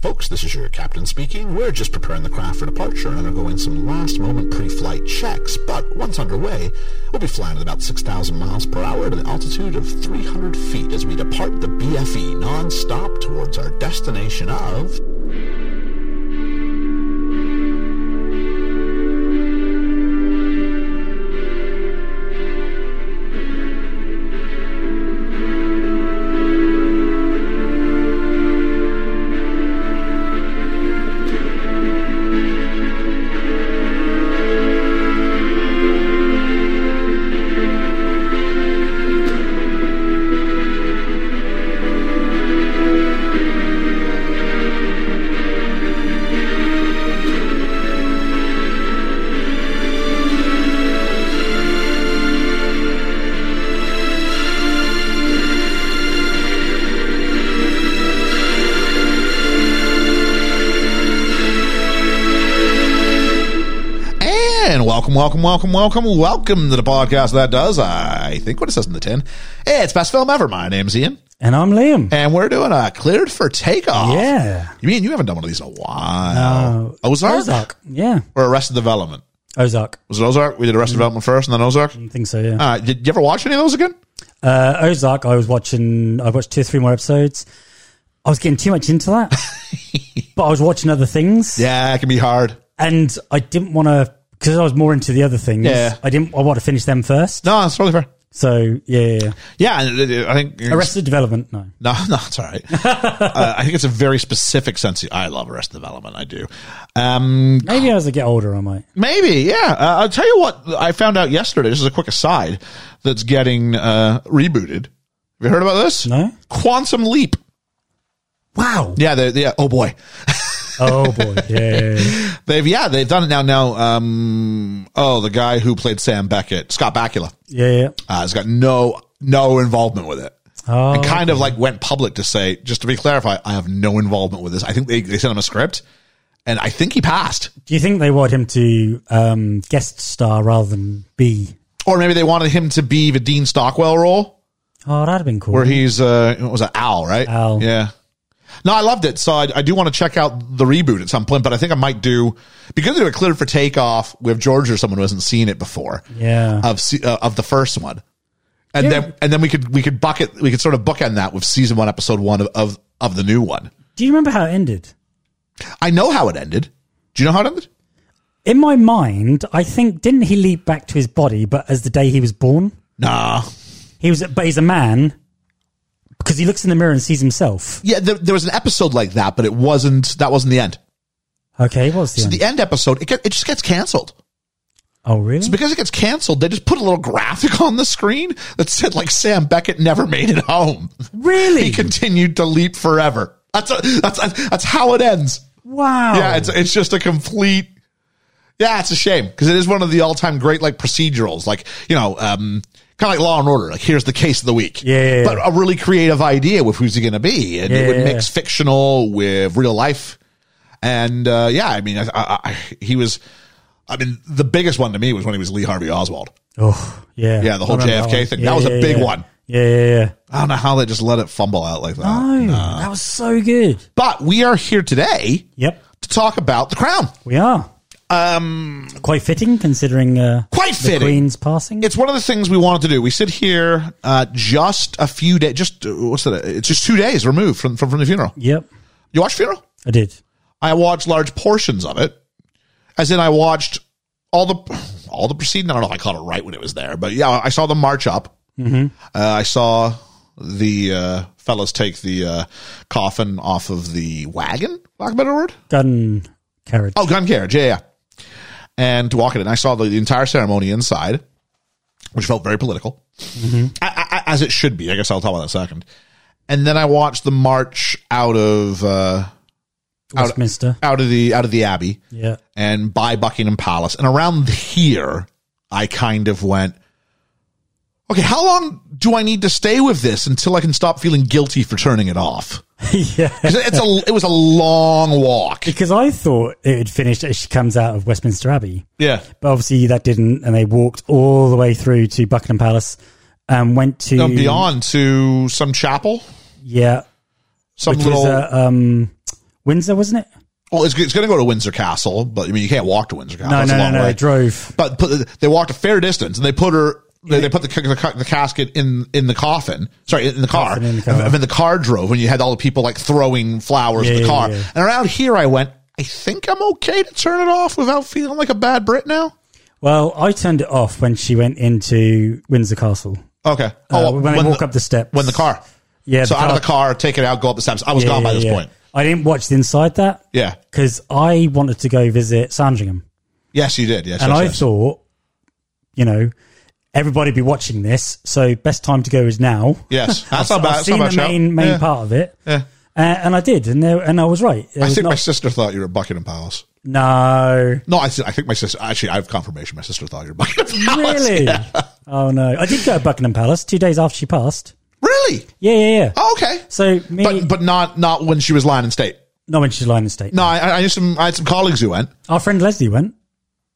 folks. This is your captain speaking. We're just preparing the craft for departure and undergoing some last moment pre flight checks, but once underway, we'll be flying at about 6,000 miles per hour at an altitude of 300 feet as we depart the BFE non stop towards our destination of. And welcome, welcome, welcome, welcome, welcome to the podcast that does, I think, what it says in the tin. It's Best Film Ever. My name's Ian. And I'm Liam. And we're doing a cleared for takeoff. Yeah. You mean you haven't done one of these in a while? Uh, Ozark? Ozark. Yeah. Or Arrested Development? Ozark. Was it Ozark? We did Arrested Development first and then Ozark? I think so, yeah. Uh, did you ever watch any of those again? Uh, Ozark, I was watching, I watched two or three more episodes. I was getting too much into that, but I was watching other things. Yeah, it can be hard. And I didn't want to, because I was more into the other things, Yeah. I didn't, I want to finish them first. No, it's totally fair. So, yeah, yeah, yeah. Yeah, and uh, it- it- I think Arrested Development, no. No, no, it's all right. uh, I think it's a very specific sense. I love Arrested Development. I do. Um, Maybe as I get older, I might. Maybe, yeah. Uh, I'll tell you what I found out yesterday. This is a quick aside that's getting uh, rebooted. Have you heard about this? No? Quantum Leap. Wow. Yeah, they, yeah. Oh boy, Oh, boy. Yeah, yeah, yeah. they've yeah they've done it now. Now, um, oh, the guy who played Sam Beckett, Scott Bakula, Yeah, yeah. uh, has got no no involvement with it. Oh, and kind of like went public to say, just to be clarified, I have no involvement with this. I think they, they sent him a script, and I think he passed. Do you think they want him to um, guest star rather than be? Or maybe they wanted him to be the Dean Stockwell role. Oh, that'd have been cool. where he's uh what was that owl right Al. yeah no i loved it so i, I do want to check out the reboot at some point but i think i might do because they were cleared for takeoff with george or someone who hasn't seen it before yeah. of se- uh, of the first one and Yeah. then and then we could we could bucket we could sort of bookend that with season one episode one of, of of the new one Do you remember how it ended? i know how it ended do you know how it ended In my mind, I think didn't he leap back to his body, but as the day he was born, nah he was. But he's a man because he looks in the mirror and sees himself. yeah there, there was an episode like that but it wasn't that wasn't the end Okay, what's the, so end? the end episode it, get, it just gets canceled Oh, really? because it gets canceled, they just put a little graphic on the screen that said like Sam Beckett never made it home. Really? He continued to leap forever. That's a, that's that's how it ends. wow. Yeah, it's it's just a complete. Yeah, it's a shame because it is one of the all time great like procedurals, like you know, um, kind of like Law and Order. Like here's the case of the week. Yeah, yeah, yeah. but a really creative idea with who's he going to be, and it Yeah, would yeah, mix fictional with real life. And uh, yeah, I mean, I, I, I, he was. I mean, the biggest one to me was when he was Lee Harvey Oswald. oh, yeah. Yeah, the whole I remember JFK one. thing. That was a big yeah. one. Uh, Yeah, yeah, yeah. I don't know how they just let it fumble out like that. Oh, that was so good. But we are here today Yep, to talk about the crown. we are. Um, quite fitting considering uh, Quite the fitting. Queen's passing. it's one of the things we wanted to do. We sit here uh, just a few days, just uh, what's that? It's just two days removed from, from from the funeral. yep, You watched funeral? I did. I watched large portions of it, as in I watched all the all the proceeding. I don't know if I caught it right when it was there, but yeah, I saw the march up. Uh, I saw the uh, fellows take the uh, coffin off of the wagon. Lack of a better word. Gun carriage. Oh, gun carriage, yeah, yeah. And to walk in, and I saw the, the entire ceremony inside, which felt very political, A- a- as it should be. I guess I'll talk about that in a second. And then I watched the march out of uh, Westminster. out of the out of the Abbey Yeah. and by Buckingham Palace. And around here, I kind of went, okay, how long do I need to stay with this until I can stop feeling guilty for turning it off? yeah. 'Cause It's a it was a long walk. Because I thought it had finished as she comes out of Westminster Abbey. Yeah. But obviously that didn't, and they walked all the way through to Buckingham Palace and went to And beyond to some chapel. Yeah, some which uh, little was a um, Windsor, wasn't it? Well, it's, it's going to go to Windsor Castle, but I mean, you can't walk to Windsor Castle. No, That's no, a no, long no. way. They drove. but put, they walked a fair distance and they put her they, they put the, ca- the, ca- the casket in in the coffin sorry in the car Coffin in the car. and, and the car drove and you had all the people like throwing flowers in Yeah, the yeah, car yeah. and around here i went i think i'm okay to turn it off without feeling like a bad brit now Well, I turned it off when she went into Windsor Castle. okay Uh, when, I walk up the steps. when the car Yeah. so out of the car take it out go up the steps i was Yeah, gone by yeah, this yeah. point I didn't watch the inside that yeah because I wanted to go visit Sandringham. yes you did yes And yes, I yes. thought, you know, everybody be watching this, so best time to go is now. yes that's So not bad I've that's not seen a bad the shout. main, main Yeah. part of it. Yeah. Uh, and I did, and there, and I was right. There i was think my not- sister thought you were at buckingham palace no, no, I, th- I think my sister. Actually, I have confirmation. My sister thought you were at Buckingham Palace. really? Oh no, I did go to Buckingham Palace two days after she passed. Really? Yeah, yeah, yeah. Oh, okay. So me, but but not not when she was lying in state. not when she's lying in state. No, I, I knew some. I had some colleagues who went. Our friend Leslie went.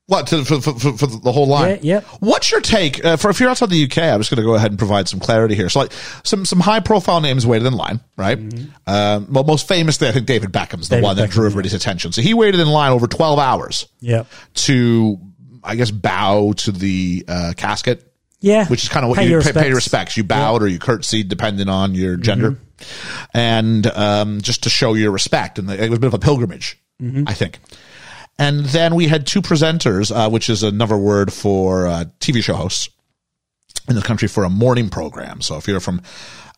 What to, for, for, for, for the whole line? Yeah, yeah. What's your take uh, for if you're outside the UK? I'm just going to go ahead and provide some clarity here. So, like some some high profile names waited in line, right? Um, well, most famously, I think David Beckham's the Mm-hmm. David one that Beckham, drew everybody's attention. So he waited in line over 12 hours Yeah, to, I guess, bow to the uh, casket. yeah. which is kind of what Pay you your pay, pay your respects. respects. Mm-hmm. You bowed or you curtsied, depending on your gender, and um, just to show your respect. And it was a bit of a pilgrimage, Mm-hmm. I think. And then we had two presenters, uh, which is another word for uh, TV show hosts in the country for a morning program. So if you're from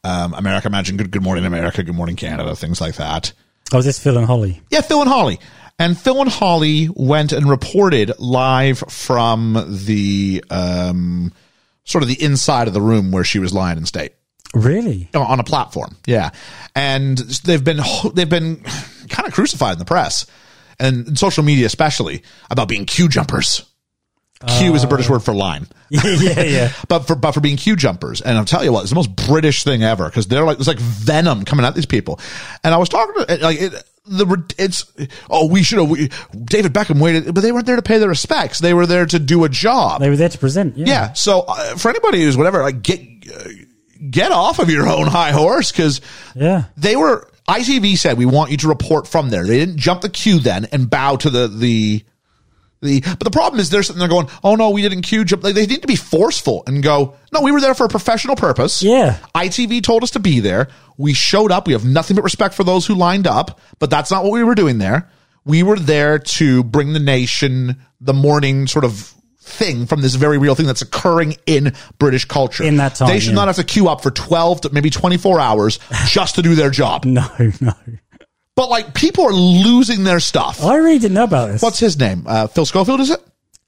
um, America, imagine Good, Good Morning America, Good Morning Canada, things like that. Oh, is this Phil and Holly? Yeah, Phil and Holly. And Phil and Holly went and reported live from the um, sort of the inside of the room where she was lying in state Really? on a platform. Yeah, and they've been they've been kind of crucified in the press and in social media, especially about being queue jumpers. Queue is a British word for line yeah, yeah, yeah. but for but for being queue jumpers. And I'll tell you what, it's the most British thing ever because they're like there's like venom coming at these people. And I was talking to like it, the rid- it's oh we should have we, David Beckham waited, but they weren't there to pay their respects. They were there to do a job. They were there to present. Yeah. yeah. So uh, for anybody who's whatever, like get uh, get off of your own high horse because Yeah. they were ITV said we want you to report from there. They didn't jump the queue then and bow to the the the. But the problem is they're sitting there going, "Oh no, we didn't queue jump." Like, they need to be forceful and go, "No, we were there for a professional purpose." Yeah. ITV told us to be there. We showed up. We have nothing but respect for those who lined up, but that's not what we were doing there. We were there to bring the nation the morning sort of thing from this very real thing that's occurring in British culture. In that time, they should yeah. not have to queue up for 12 to maybe 24 hours just to do their job. No, no. But like people are losing their stuff. I really didn't know about this. What's his name? Uh, Phil Schofield, is it?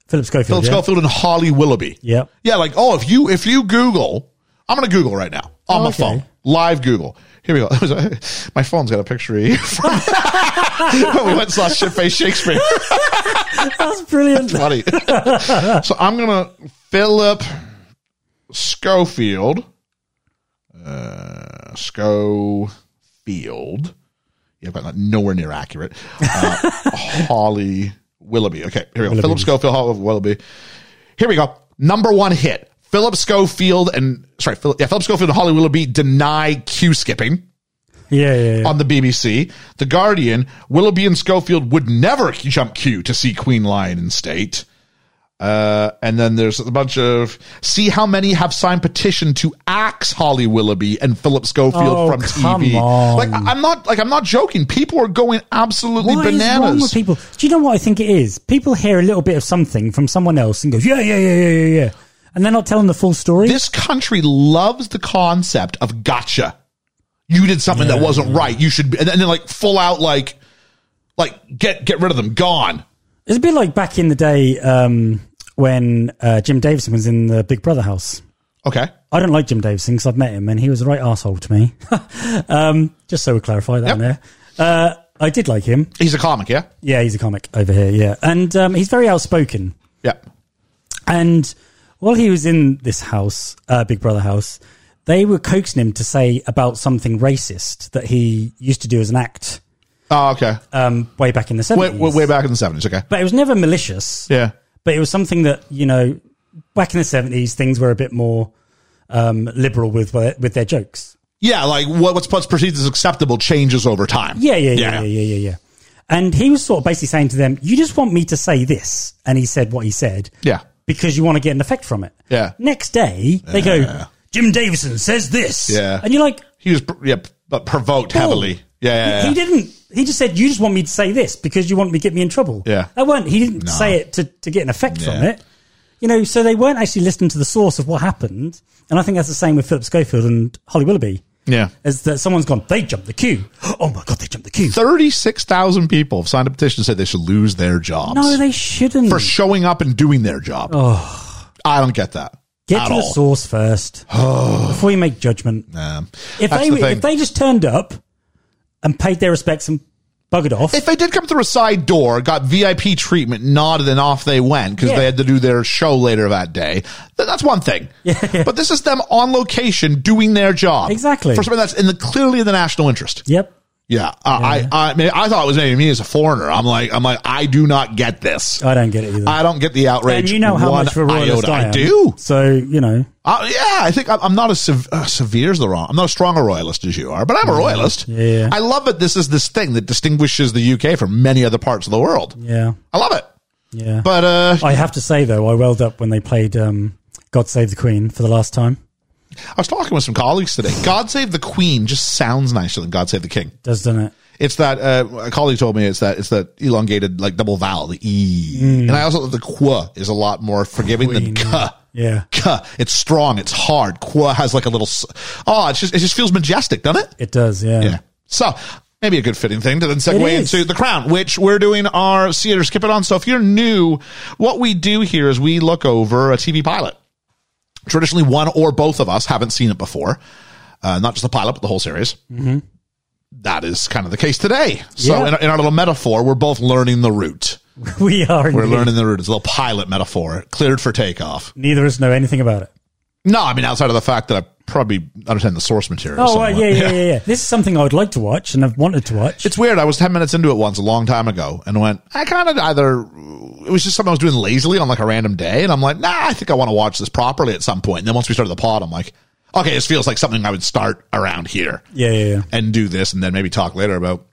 Philip Schofield? Phil yeah? Schofield and Holly Willoughby. Yep. Yeah, like oh, if you if you Google, I'm gonna Google right now on Oh, my okay. phone, live Google. Here we go. my phone's got a picture of you. From when we went and saw Shitface Shakespeare. That's brilliant. Funny. so I'm gonna Philip Schofield. Uh, Schofield. Yeah, I've got that nowhere near accurate. Uh, Holly Willoughby. Okay, here we go. Philip Schofield, Holly Willoughby. Here we go. Number one hit. Philip Schofield and sorry, Philip, yeah, Philip Schofield and Holly Willoughby deny queue skipping Yeah, yeah, yeah. on the BBC. The Guardian, Willoughby and Schofield would never jump queue to see Queen Lion in state. Uh, and then there's a bunch of see how many have signed petition to axe Holly Willoughby and Philip Schofield Oh, from come TV. on. Like I- I'm not like I'm not joking. People are going absolutely What is wrong with bananas. people? Do you know what I think it is? People hear a little bit of something from someone else and go, yeah, yeah, yeah, yeah, yeah, yeah. And they're not telling the full story. This country loves the concept of gotcha. You did something that wasn't right. You should be, and then and then, like full out like like get get rid of them. Gone. it's a bit like back in the day um, when uh, Jim Davison was in the Big Brother house. Okay. I don't like Jim Davison because I've met him and he was a right asshole to me. um, just so we clarify that in there. Uh, I did like him. He's a comic, yeah? Yeah, he's a comic over here. Yeah. And um, he's very outspoken. Yeah. And while he was in this house, uh, Big Brother house, they were coaxing him to say about something racist that he used to do as an act Oh, okay. um, way back in the 70s. way, way, way back in the seventies. Okay. But it was never malicious, Yeah. but it was something that, you know, back in the 70s, things were a bit more um, liberal with, with their jokes. Yeah, like what, what's what's perceived as acceptable changes over time. Yeah, yeah, yeah, yeah, yeah, yeah, yeah. And he was sort of basically saying to them, "You just want me to say this," and he said what he said Yeah. because you want to get an effect from it. Yeah. Next day they go, "Jim Davison says this," Yeah. and you're like, He was yeah, but provoked heavily. Yeah, yeah, yeah. He didn't. He just said, "You just want me to say this because you want me to get me in trouble." Yeah. that weren't. He didn't say it to to get an effect from Yeah. it. You know, so they weren't actually listening to the source of what happened. And I think that's the same with Philip Schofield and Holly Willoughby. Yeah. Is that someone's gone? They jumped the queue. Oh my god, they jumped the queue. 36,000 people have signed a petition to say they should lose their jobs No, they shouldn't. for showing up and doing their job. I don't get that. Get at to the all. source first before you make judgment. Um, If that's they the thing. if they just turned up and paid their respects and buggered off, If they did come through a side door, got VIP treatment, nodded, and off they went because Yeah. they had to do their show later that day, th- that's one thing. But this is them on location doing their job. Exactly. For something that's in the, clearly in the national interest. yep, Yeah. I I, I, I, mean, I thought it was maybe me as a foreigner. I'm like, I'm like, I do not get this. I don't get it either. I don't get the outrage. and Oh. you know how one much of a royalist iota. I am. do. So you know, Uh, yeah, I think I'm, I'm not as sev- uh, severe as the wrong. I'm not as strong a royalist as you are, but I'm a royalist. Yeah. I love that this is this thing that distinguishes the UK from many other parts of the world. yeah, I love it. yeah. But uh, I have to say though, I welled up when they played um, "God Save the Queen" for the last time. I was talking with some colleagues today. God Save the Queen just sounds nicer than God Save the King. Does doesn't it? It's that uh, a colleague told me it's that it's that elongated like double vowel the e, and I also love the qua is a lot more forgiving than ka. Yeah, Ka. It's strong. It's hard. Qua has like a little. s- Oh, it's just it just feels majestic, doesn't it? it does. Yeah, Yeah. So maybe a good fitting thing to then segue It is. into the crown, which we're doing our see it or skip it on. So if you're new, what we do here is we look over a TV pilot. Traditionally, one or both of us haven't seen it before. Uh, not just the pilot, but the whole series. That is kind of the case today. So Mm-hmm. Yeah. in, our, in our little metaphor, we're both learning the route. we are. We're indeed. learning the route. It's a little pilot metaphor, cleared for takeoff. Neither of us know anything about it. No, I mean outside of the fact that I probably understand the source material. Oh, right, somewhat. yeah, yeah, yeah, yeah. This is something I would like to watch and I've wanted to watch. It's weird. I was 10 minutes into it once a long time ago and went, I kind of either, it was just something I was doing lazily on like a random day. And I'm like, nah, I think I want to watch this properly at some point. And then once we started the pod, I'm like, okay, this feels like something I would start around here yeah, yeah, yeah. and do this and then maybe talk later about.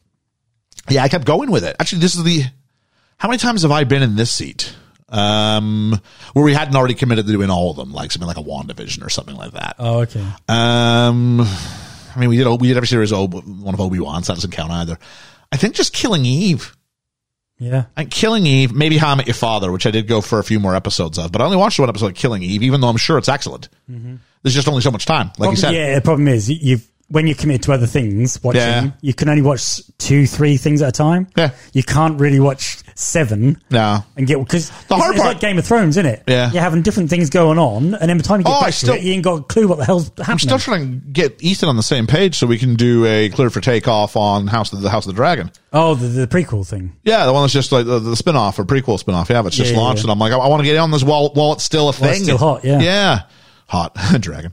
Yeah, I kept going with it. Actually, this is the, how many times have I been in this seat? Um, where we hadn't already committed to doing all of them, like something like a WandaVision or something like that. Oh, okay. Um, I mean, we did we did every series of Ob- one of Obi Wan's. That doesn't count either. I think just Killing Eve. Yeah. And Killing Eve, maybe How I Met Your Father, which I did go for a few more episodes of, but I only watched one episode of Killing Eve, even though I'm sure it's excellent. There's just only so much time, like you said. yeah, the problem is you- you've when you commit to other things watching, Yeah. you can only watch s- two, three things at a time. Yeah. You can't really watch seven No. and get because the hard it's part- like Game of Thrones, isn't it? Yeah. You're having different things going on, and every time you get Oh, I back still- to it, you ain't got a clue what the hell's I'm happening. still trying to get Ethan on the same page so we can do a clear for takeoff on House of the House of the Dragon. oh, the, the prequel thing. Yeah, the one that's just like the, the spin off or prequel spin off. Yeah, that's just Yeah, yeah, launched, yeah. and I'm like, I, want to get in on this while while it's still a thing. it's still hot, yeah. yeah, hot dragon.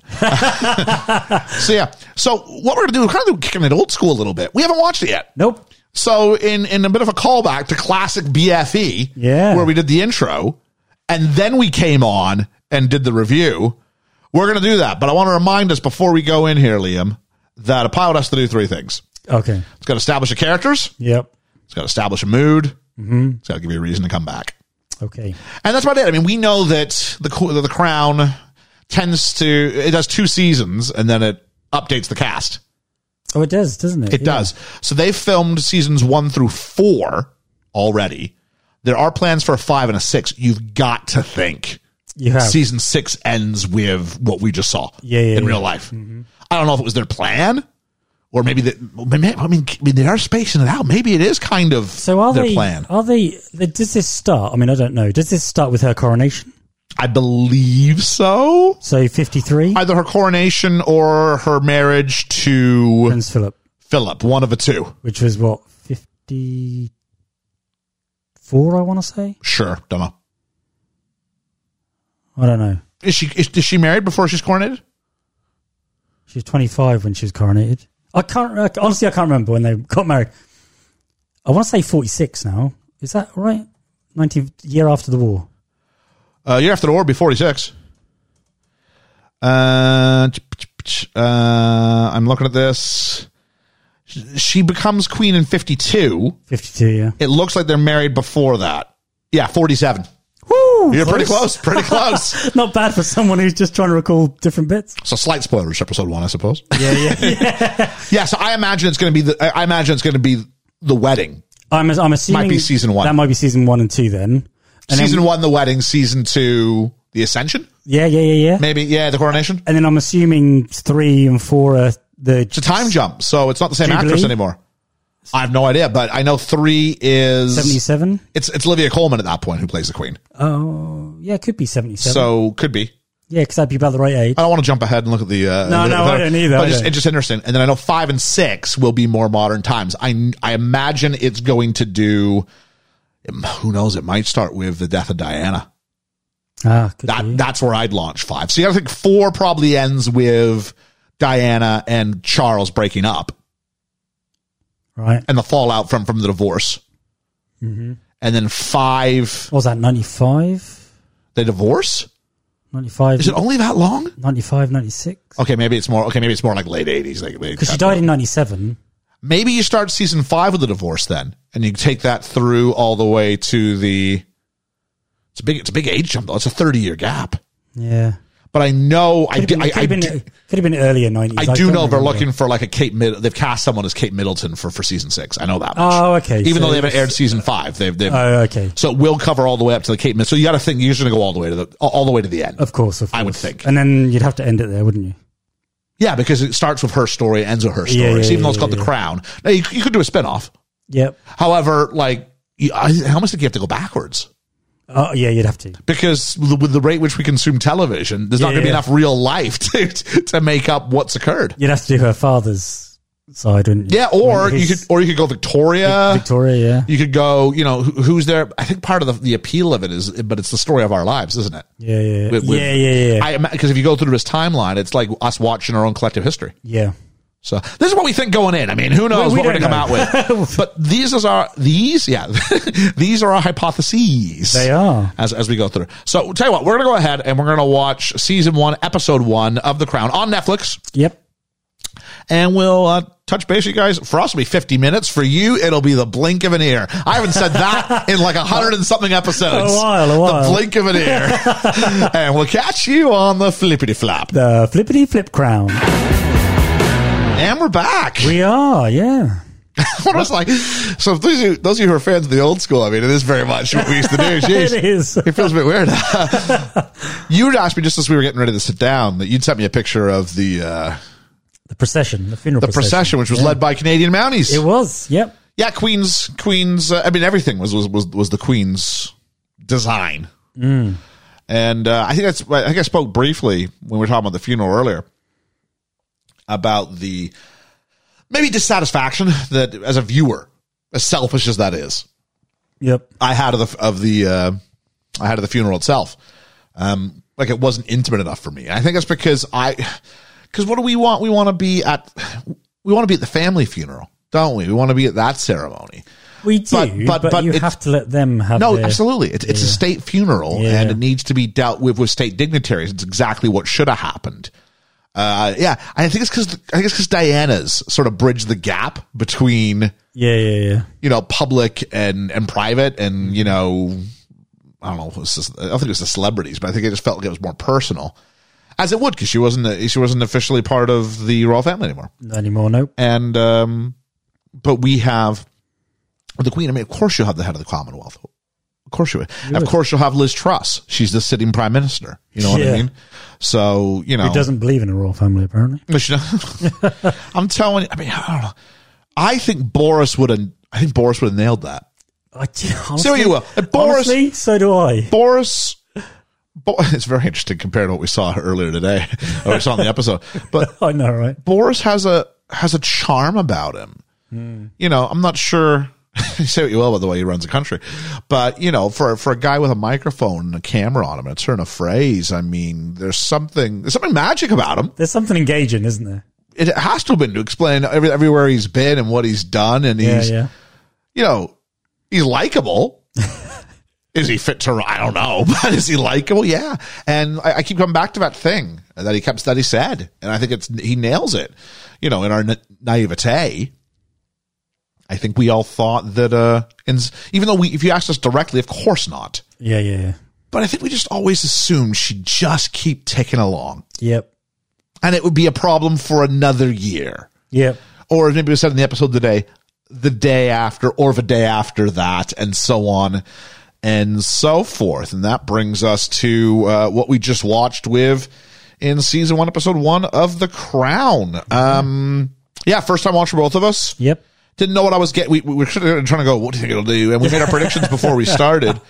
so yeah, so what we're gonna do? We're kind of kicking it old school a little bit. We haven't watched it yet. Nope. So in in a bit of a callback to classic BFE, Yeah. where we did the intro, and then we came on and did the review. We're gonna do that, but I want to remind us before we go in here, Liam, that a pilot has to do three things. Okay. It's got to establish the characters. Yep. It's got to establish a mood. Mm-hmm. It's got to give you a reason to come back. Okay. And that's about it. I mean, we know that the co- the Crown tends to it does two seasons and then it updates the cast. Oh, it does, doesn't it? It does. So they filmed seasons one through four already. There are plans for a five and a six. You've got to think You have. season six ends with what we just saw Yeah, yeah, in yeah. Mm-hmm. real life. I don't know if it was their plan. Or maybe that. I mean, I mean, they are spacing it out. Maybe it is kind of so are their they? plan. Are they? the- Does this start? I mean, I don't know. Does this start with her coronation? I believe so. So fifty-three. Either her coronation or her marriage to Prince Philip, Philip, one of the two. which was what fifty-four, I want to say. Sure, don't know. I don't know. Is she is, is she married before she's coronated? She was twenty-five when she was coronated. I can't I- honestly. I can't remember when they got married. I want to say forty-six. Now is that right? Ninety year after the war. Uh, year after the war, be forty six. Uh, Uh, I'm looking at this. She becomes queen in 52. 52, yeah. It looks like they're married before that. Yeah, 47. Woo! You're pretty close. Pretty close. Not bad for someone who's just trying to recall different bits. so slight spoilers, episode one, I suppose. Yeah, yeah. yeah. So I imagine it's going to be the. I I imagine it's going to be the wedding. I'm, I'm assuming Might be season one. That might be season one and two then. And season then, one, the wedding. Season two, the ascension. yeah, yeah, yeah, yeah. Maybe. Yeah, the coronation. And then I'm assuming three and four are the It's a time jump, so it's not the same Jubilee? actress anymore. I have no idea, but I know three is 77. it's it's Olivia Coleman at that point who plays the queen. Oh, yeah, it could be 77. So could be. yeah, because that'd be about the right age. I don't want to jump ahead and look at the. Uh, No, the- no, the- I don't either, But I just, don't. it's just interesting. And then I know five and six will be more modern times. I I imagine it's going to do. um, Who knows? It might start with the death of Diana. ah, could Uh, That be. that's where I'd launch five. So you got to think four probably ends with Diana and Charles breaking up Right. and the fallout from from the divorce. Mm-hmm. And then five, What was that, 95? the divorce. 95, Is it Oh, only that long? 95, 96? Okay, maybe it's more. Okay, maybe it's more like late eighties. Like they Because she died in 97. maybe you start season five with the divorce then, and you take that through all the way to the. It's a big. It's a big age jump though. It's a thirty year gap. Yeah. But I know I Could do, have been, I, could I have been, e, do, could have been earlier 90s. I do don't know they're remember. looking for like a Kate Mid. They've cast someone as Kate Middleton for for season six. I know that much. Oh, okay. Even so though they haven't it's- aired season five, they've they've. Oh, okay. so it will cover all the way up to the Kate Mid. So you got to think you're just going to go all the way to the all all the way to the end. Of course, of course. I would think. And then you'd have to end it there, wouldn't you? Yeah, because it starts with her story, it ends with her story. Yeah, yeah, so even though it's yeah, called yeah. The Crown, now you, you could do a spinoff. Yep. However, like, you, I, how much do you have to go backwards? Oh, yeah, you'd have to. Because with the- with the rate which we consume television, there's not going Yeah, to be yeah. enough real life to, to make up what's occurred. You'd have to do her father's side, wouldn't you? Yeah, or you His- could or you could go Victoria. Victoria, yeah. You could go, you know, who, who's there? I think part of the, the appeal of it is, but it's the story of our lives, isn't it? Yeah, yeah, yeah. With- with- yeah, yeah, yeah. I because if you go through this timeline, it's like us watching our own collective history. yeah. So this is what we think going in. I mean, who knows We- we what we're going to don't come out with? but these is our these yeah these are our hypotheses. They are. as as we go through. So tell you what, we're going to go ahead and we're going to watch season one, episode one of The Crown on Netflix, Yep. and we'll uh, touch base, with you guys. For us, it'll be fifty minutes. For you, it'll be the blink of an ear. I haven't said that in like a hundred and something episodes. A while, a The while. blink of an ear, and we'll catch you on the flippity flap. The flippity flip crown. And we're back. We are, yeah. what was like? So if those of you, those of you who are fans of the old school, I mean, it is very much what we used to do. It Jeez. is. It feels a bit weird. you had asked me just as we were getting ready to sit down that you'd sent me a picture of the uh, The procession, the funeral the procession, which was led by Canadian Mounties. It was, yep. yeah, Queen's Queen's. Uh, I mean, everything was was was, was the Queen's design. And uh, I think that's. I think I spoke briefly when we were talking about the funeral earlier about the maybe dissatisfaction that as a viewer, as selfish as that is, Yep. I had of the of the uh, I had of the funeral itself. Um, like it wasn't intimate enough for me. I think that's because I because what do we want? We want to be at we want to be at the family funeral, don't we? We want to be at that ceremony. We But- do, but, but- but you it's- have to let them have No, their- absolutely. It's, it's a state funeral Yeah. and it needs to be dealt with with state dignitaries. It's exactly what should have happened. Uh, yeah, I think it's because I think it's because Diana's sort of bridged the gap between Yeah, yeah, yeah. you know, public and and private, and you know, I don't know. It was just, I don't think it was the celebrities, but I think it just felt like it was more personal, as it would, because she wasn't a, she wasn't officially part of the royal family anymore. Not anymore, nope. And um, but we have the queen. I mean, of course you'll have the head of the Commonwealth. Of course you would. And Of course you'll have Liz Truss. She's the sitting prime minister. You know what Yeah. I mean? So you know, Who doesn't believe in a royal family, apparently. Michelle- I'm telling you. I mean, I don't know. I think Boris would have. I think Boris would have nailed that. I do, honestly, So you will. And Boris, honestly, so do I. Boris, Bo- it's very interesting compared to what we saw earlier today, or we saw in the episode. But I know, right? Boris has a has a charm about him. You know, I'm not sure. say what you will about the way he runs the country, but you know, for for a guy with a microphone and a camera on him and a turn of phrase, I mean, there's something there's something magic about him. There's something engaging, isn't there? It has to have been to explain every, everywhere he's been and what he's done, and Yeah, he's yeah. you know, he's likable. is he fit to? I don't know, but is he likable? Yeah, and I, I keep coming back to that thing and that he kept that he said, and I think it's he nails it. You know, in our na- naivete, I think we all thought that. Uh, and even though we, if you asked us directly, of course not. Yeah, yeah, yeah. But I think we just always assumed she'd just keep ticking along, Yep. and it would be a problem for another year, Yep. or as maybe we said in the episode today, the day after, or the day after that, and so on. And so forth, and that brings us to uh, what we just watched with in season one, episode one of The Crown. Um, yeah, first time watch for both of us Yep. didn't know what I was getting. We, we were trying to go, what do you think it'll do? And we made our predictions before we started.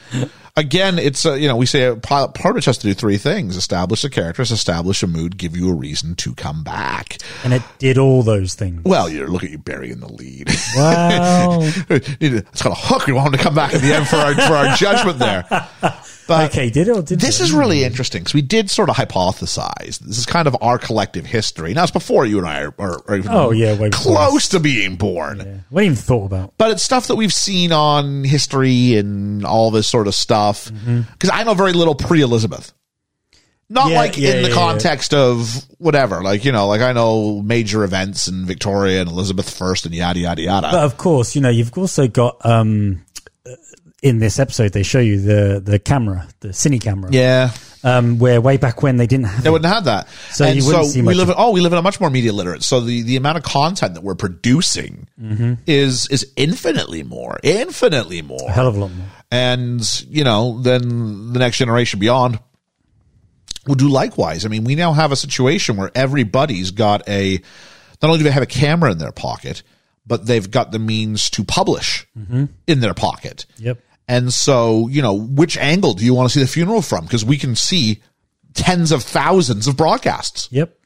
Again, it's, uh, you know, we say a pilot, part of it has to do three things establish the characters, establish a mood, give you a reason to come back. And it did all those things. Well, you're look at you burying the lead. Wow. it's got a hook. We want him to come back at the end for our, for our judgment there. But okay, did it or did this it? is really interesting because we did sort of hypothesize. This is kind of our collective history. Now, it's before you and I are, are, are even Oh, yeah, way before close to being born. Yeah. We didn't even thought about. but it's stuff that we've seen on history and all this sort of stuff. Because I know very little pre Elizabeth. Not Mm-hmm. Yeah, like yeah, in the yeah, yeah. context of whatever, like, you know, like I know major events in Victoria and Elizabeth first and yada, yada, yada. But of course, you know, you've also got um uh, in this episode they show you the the camera, the cine camera. yeah. Um where way back when they didn't have They it. wouldn't have that. So and you so wouldn't see we much live in, oh, we live in a much more media literate. So the, the amount of content that we're producing Mm-hmm. is, is infinitely more, infinitely more. a hell of a lot more. and you know then the next generation beyond will do likewise i mean we now have a situation where everybody's got a not only do they have a camera in their pocket but they've got the means to publish Mm-hmm. in their pocket Yep. and so you know which angle do you want to see the funeral from because we can see tens of thousands of broadcasts Yep.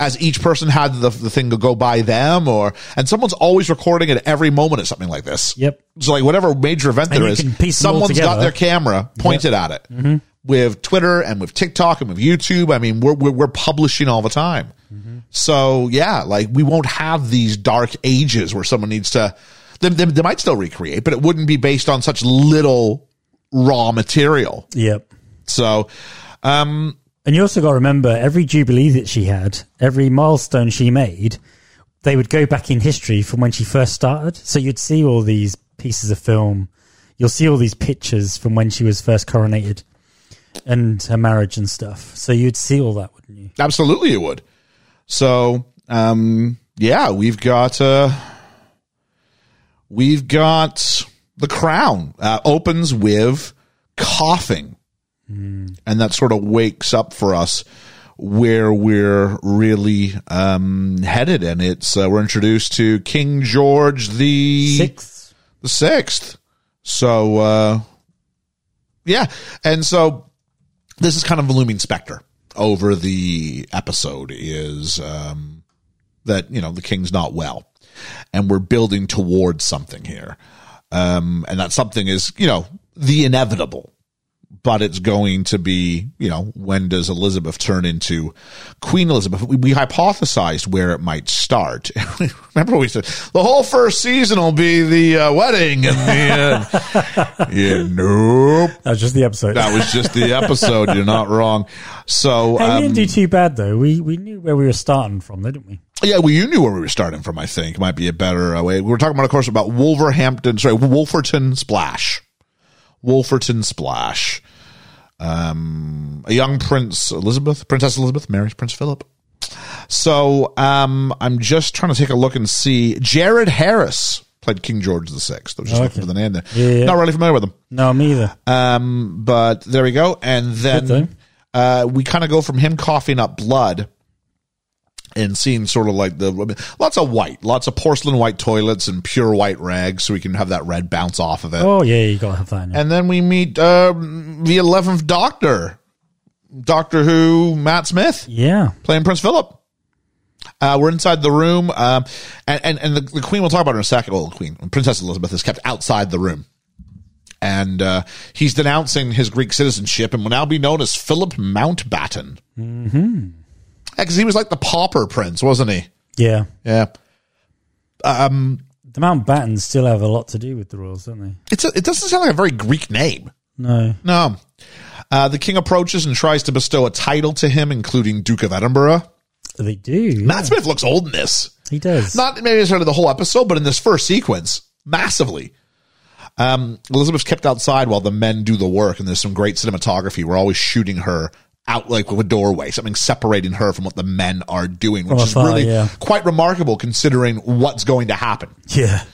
as each person had the, the thing to go by them or and someone's always recording at every moment of something like this Yep. so like whatever major event And there you is, can piece them all someone's got together. Mm-hmm. their camera pointed at it. With Twitter and with TikTok and with YouTube, I mean, we're we're, we're publishing all the time. Mm-hmm. So yeah, like we won't have these dark ages where someone needs to. They, they, they might still recreate, but it wouldn't be based on such little raw material. Yep. So And you also got to remember every jubilee that she had, every milestone she made, they would go back in history from when she first started. So you'd see all these pieces of film, you'll see all these pictures from when she was first coronated, and her marriage and stuff. So you'd see all that, wouldn't you? Absolutely, it would. So, um, yeah, we've got uh, we've got the crown uh, opens with coughing, and that sort of wakes up for us where we're really um, headed, and it's uh, we're introduced to King George the Sixth. the sixth. So uh, yeah, and so this is kind of a looming specter over the episode is um, that you know the king's not well, and we're building towards something here, um, and that something is you know the inevitable. But it's going to be, you know, when does Elizabeth turn into Queen Elizabeth? We, we hypothesized where it might start. Remember, we said the whole first season will be the uh, wedding, and the uh, yeah, nope. That was just the episode. That was just the episode. You're not wrong. So, Hey, we um, didn't do too bad though. We we knew where we were starting from, though, didn't we? yeah, well, you knew where we were starting from. I think might be a better uh, way. We were talking about, of course, about Wolverhampton. Sorry, Wolferton Splash. Wolferton Splash. Um, a young Prince Elizabeth, Princess Elizabeth, marries Prince Philip. So, um, I'm just trying to take a look and see. Jared Harris played King George the Sixth. I was just looking for the name there. Oh, yeah. Not really familiar with him. No, me either. Um, but there we go. And Good then uh, we kind of go from him coughing up blood and seeing sort of like the lots of white, lots of porcelain white toilets and pure white rags so we can have that red bounce off of it. oh yeah, you gotta have that. In your- And then we meet um, the 11th Doctor, Doctor Who, Matt Smith yeah. playing Prince Philip. Uh, we're inside the room, um, and and, and the, the Queen. We'll talk about her in a second. Well, the Queen Princess Elizabeth is kept outside the room, and uh, he's denouncing his Greek citizenship and will now be known as Philip Mountbatten. Mm-hmm. Because he was like the pauper prince, wasn't he? Yeah. Yeah. The Mountbattens still have a lot to do with the rules, don't they? It's a, it doesn't sound like a very Greek name. No. No. Uh, the king approaches and tries to bestow a title to him, including Duke of Edinburgh. They do. Matt Smith looks old in this. He does. Not maybe necessarily the whole episode, but in this first sequence, massively. Um, Elizabeth's kept outside while the men do the work, and there's some great cinematography. We're always shooting her out like with a doorway, something separating her from what the men are doing, which From is afar, really yeah. quite remarkable considering what's going to happen. yeah.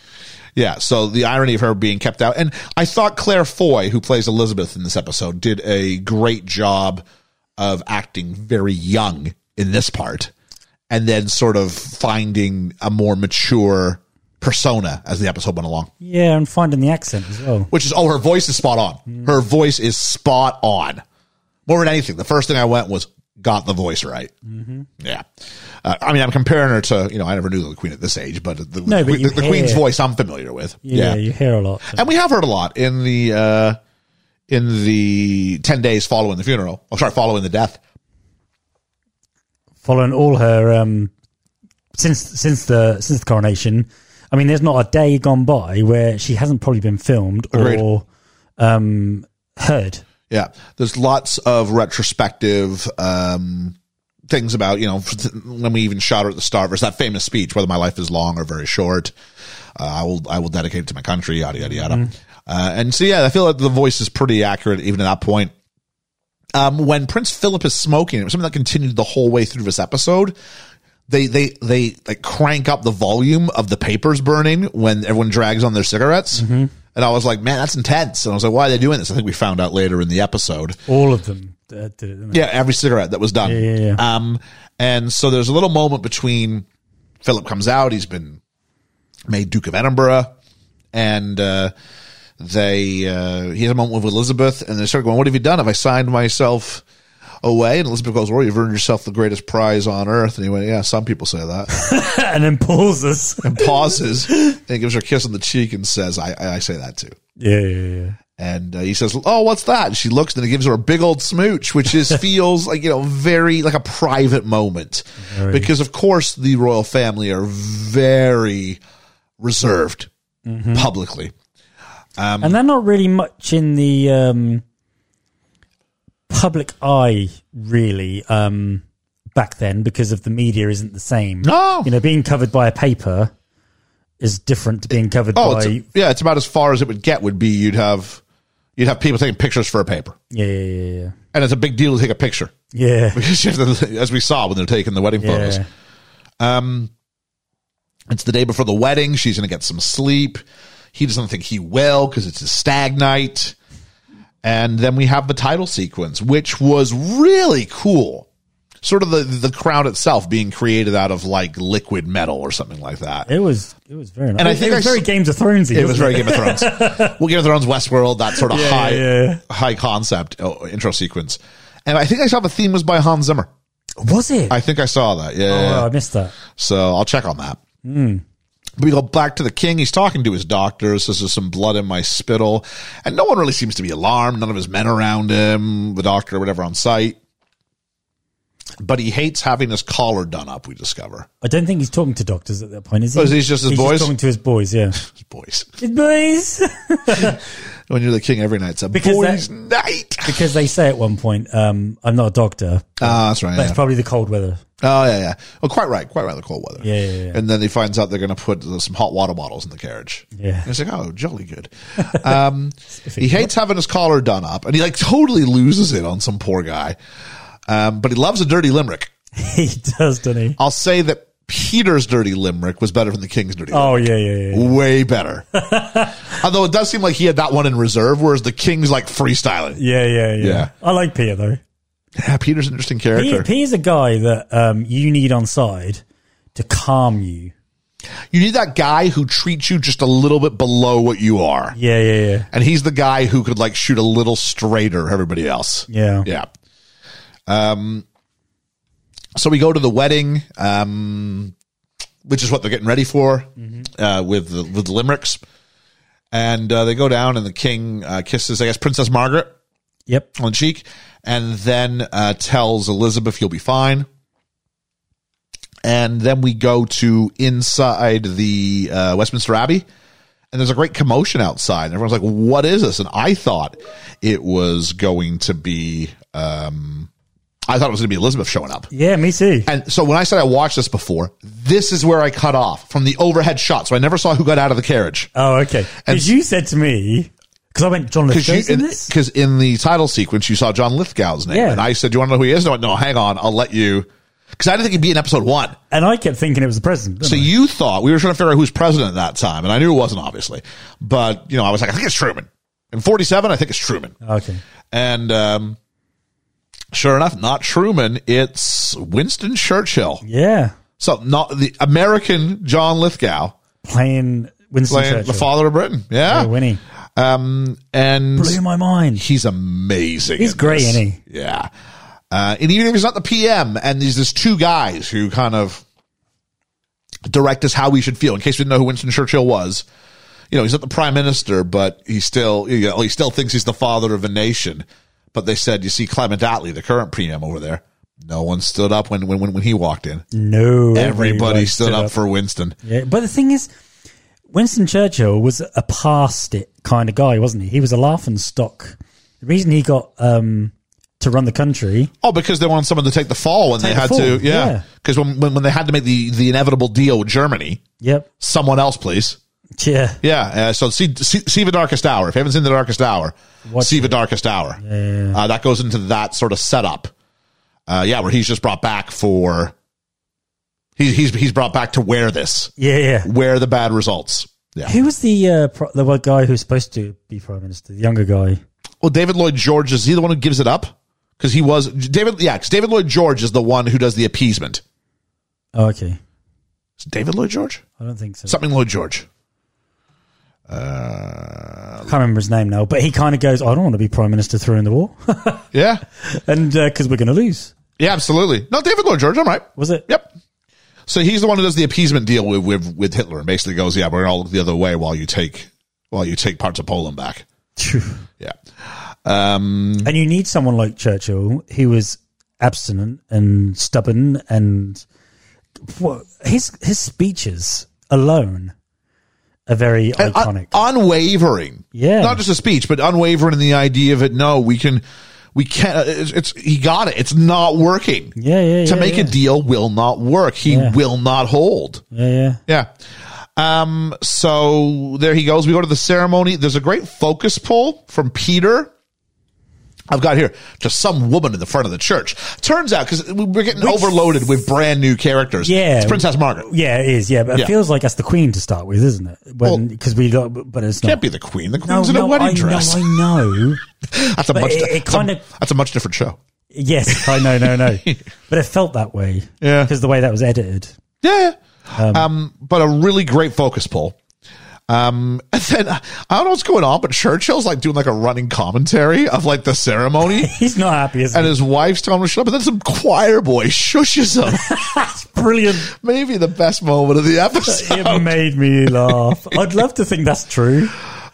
Yeah, so the irony of her being kept out. And I thought Claire Foy, who plays Elizabeth in this episode, did a great job of acting very young in this part and then sort of finding a more mature persona as the episode went along, Yeah, and finding the accent as well. which is, oh, her voice is spot Mm. on. Her voice is spot on. More than anything, the first thing I went was, got the voice right. Mm-hmm. Yeah. Uh, I mean, I'm comparing her to, you know, I never knew the Queen at this age, but the, No, but the- you the Queen's hear- voice I'm familiar with. Yeah, you hear a lot. And we have heard a lot in the uh, in the ten days following the funeral. Oh, sorry, following the death. Following all her um, since since the since the coronation. I mean, there's not a day gone by where she hasn't probably been filmed Agreed. or um, heard. Yeah, there's lots of retrospective um, things about you know when we even shot her at the start. There's that famous speech, whether my life is long or very short. Uh, I will I will dedicate it to my country. Yada yada yada. Uh, and so yeah, I feel like the voice is pretty accurate even at that point. Um, when Prince Philip is smoking, it was something that continued the whole way through this episode. They they they like crank up the volume of the papers burning when everyone drags on their cigarettes. Mm-hmm. And I was like, man, that's intense. And I was like, why are they doing this? I think we found out later in the episode. All of them uh, did it. didn't they? Yeah, every cigarette that was done. yeah, yeah. Um, and so there's a little moment between Philip comes out, he's been made Duke of Edinburgh, and uh, they uh, he has a moment with Elizabeth, and they start going, "What have you done? Have I signed myself?" Away and Elizabeth goes, "Well, you've earned yourself the greatest prize on earth." And he went, "Yeah, some people say that." and then pauses. And pauses and gives her a kiss on the cheek and says, "I, I say that too." yeah, yeah, yeah. And uh, he says, "Oh, what's that?" And she looks, and he gives her a big old smooch, which is feels like you know very like a private moment, because of course the royal family are very reserved Mm-hmm. publicly. Um, and they're not really much in the um, public eye, really, um, back then because of the media isn't the same. No. you know, being covered by a paper is different to being covered Oh, by it's yeah, it's about as far as it would get. Would be you'd have you'd have people taking pictures for a paper, yeah, yeah, and it's a big deal to take a picture yeah, yeah, because you have to, as we saw when they're taking the wedding yeah. photos. yeah. It's the day before the wedding. She's going to get some sleep. He doesn't think he will because it's his stag night. And then we have the title sequence, which was really cool. Sort of the, the crown itself being created out of like liquid metal or something like that. It was it was very nice. And I It- think it I was very s- Games of Thrones. It was very Game of Thrones. well, Game of Thrones, Westworld, that sort of high yeah, yeah. high concept oh, intro sequence. And I think I saw the theme was by Hans Zimmer. was it? I think I saw that. Yeah. yeah. oh, I missed that. So I'll check on that. But we go back to the king. He's talking to his doctors. Says there's some blood in my spittle. And no one really seems to be alarmed. None of his men around him, the doctor or whatever on site. But he hates having his collar done up, we discover. I don't think he's talking to doctors at that point, is he? Oh, is he just his boys? talking to his boys, yeah. His boys. his boys. When you're the king every night, it's a Because boys' night. because they say at one point, um, "I'm not a doctor." Ah, that's right. That's Yeah. probably the cold weather. Oh, yeah, yeah. Oh, quite right. Quite right. The cold weather. Yeah, yeah, yeah. And then he finds out they're going to put some hot water bottles in the carriage. Yeah. And he's like, oh, jolly good. Um, he hates having his collar done up, and he like totally loses it on some poor guy. Um, but he loves a dirty limerick. He does, doesn't he? I'll say that Peter's dirty limerick was better than the King's dirty. Oh yeah, yeah, yeah. limerick. Way better. Although it does seem like he had that one in reserve, whereas the King's like freestyling. Yeah, yeah, yeah. Yeah. I like Peter though. Yeah, Peter's an interesting Peter, character. Peter's a guy that um, you need on side to calm you. you need that guy who treats you just a little bit below what you are. Yeah, yeah, yeah. And he's the guy who could like shoot a little straighter everybody else. Yeah. Yeah. Um, so we go to the wedding, um, which is what they're getting ready for uh, with the, with the limericks, and uh, they go down and the king uh, kisses, I guess, Princess Margaret Yep. on the cheek, and then uh, tells Elizabeth, "You'll be fine." And then we go to inside the uh, Westminster Abbey, and there's a great commotion outside. And everyone's like, what is this? And I thought it was going to be, um, I thought it was going to be Elizabeth showing up. Yeah, me too. And so when I said I watched this before, this is where I cut off from the overhead shot. So I never saw who got out of the carriage. Oh, okay. Because you said to me, because I went, John Lithgow's Because in in, this? 'cause in the title sequence, you saw John Lithgow's name. Yeah. And I said, Do you want to know who he is? And I went, No, hang on. I'll let you. Because I didn't think he'd be in episode one. And I kept thinking it was the president. didn't So I? you thought we were trying to figure out who's president at that time. And I knew it wasn't, obviously. But, you know, I was like, I think it's Truman. In 47, I think it's Truman. Ah, Okay. And um, sure enough, not Truman, it's Winston Churchill. Yeah. So not the American John Lithgow Playing Winston playing Churchill. the father of Britain. Yeah. Oh, Winnie. um, and Blew my mind. he's amazing. He's in great, this. isn't he? Yeah. Uh, and even if he's not the PM, and there's just two guys who kind of direct us how we should feel. In case we didn't know who Winston Churchill was, you know, he's not the prime minister, but he still you know, he still thinks he's the father of a nation. But they said, you see, Clement Attlee, the current PM over there, no one stood up when when when, when he walked in. No. Everybody, stood, up, for Winston. Yeah. But the thing is, Winston Churchill was a past it kind of guy, wasn't he? He was a laughing stock. The reason he got um, to run the country. Oh, because they wanted someone to take the fall when they the had fall, to, yeah. yeah. Because when, when when they had to make the the inevitable deal with Germany, Yep. someone else, please. Yeah. Yeah. Uh, so see, see, see the darkest hour. If you haven't seen the darkest hour, Watch see the darkest hour. Uh, that goes into that sort of setup. Uh, yeah, where he's just brought back for. He's he's he's brought back to wear this, Yeah. Yeah. wear the bad results. Yeah. Who was the uh, pro- the one guy who's supposed to be prime minister? The younger guy. Well, David Lloyd George is he the one who gives it up? Because he was David. Yeah, 'cause David Lloyd George is the one who does the appeasement. Oh, okay. Is it David Lloyd George? I don't think so. Something Lloyd George. Uh, I can't remember his name now, but he kind of goes, "I don't want to be prime minister throwing the war," Yeah. and because we're going to lose. Yeah, absolutely. No, David Lloyd George. I'm right. Was it? Yep. So he's the one who does the appeasement deal with with, with Hitler and basically goes, "Yeah, we're gonna all look the other way while you take while you take parts of Poland back." Phew. Yeah. Um, And you need someone like Churchill who was abstinent and stubborn, and what, his his speeches alone are very iconic. un- unwavering. Yeah. Not just a speech, but unwavering in the idea of it. No, we can, we can't. uh, It's, it's he got it. It's not working. yeah, yeah, To yeah, make yeah. a deal will not work. He Yeah. will not hold. yeah, yeah. Yeah. Um, so there he goes. We go to the ceremony. There's a great focus pull from Peter. I've got here to some woman in the front of the church. Turns out, because we're getting overloaded with brand new characters. Yeah. It's Princess Margaret. Yeah, it is. Yeah, but it Yeah. feels like that's the Queen to start with, isn't it? When because we don't, but it's Can't not. be the queen. The No, queen's in a no, wedding I dress. know, I know. that's a much. it- it that's a- kinda- that's a much different show. Yes, I know, no, no. But it felt that way. Yeah. Because the way that was edited. Yeah. Um, but a really great focus pull. Um, and then I don't know what's going on, but Churchill's like doing like a running commentary of like the ceremony. He's not happy, is and he? his wife's telling him to shut up, and then some choir boy shushes him. Brilliant. Maybe the best moment of the episode. It made me laugh. I'd love to think that's true.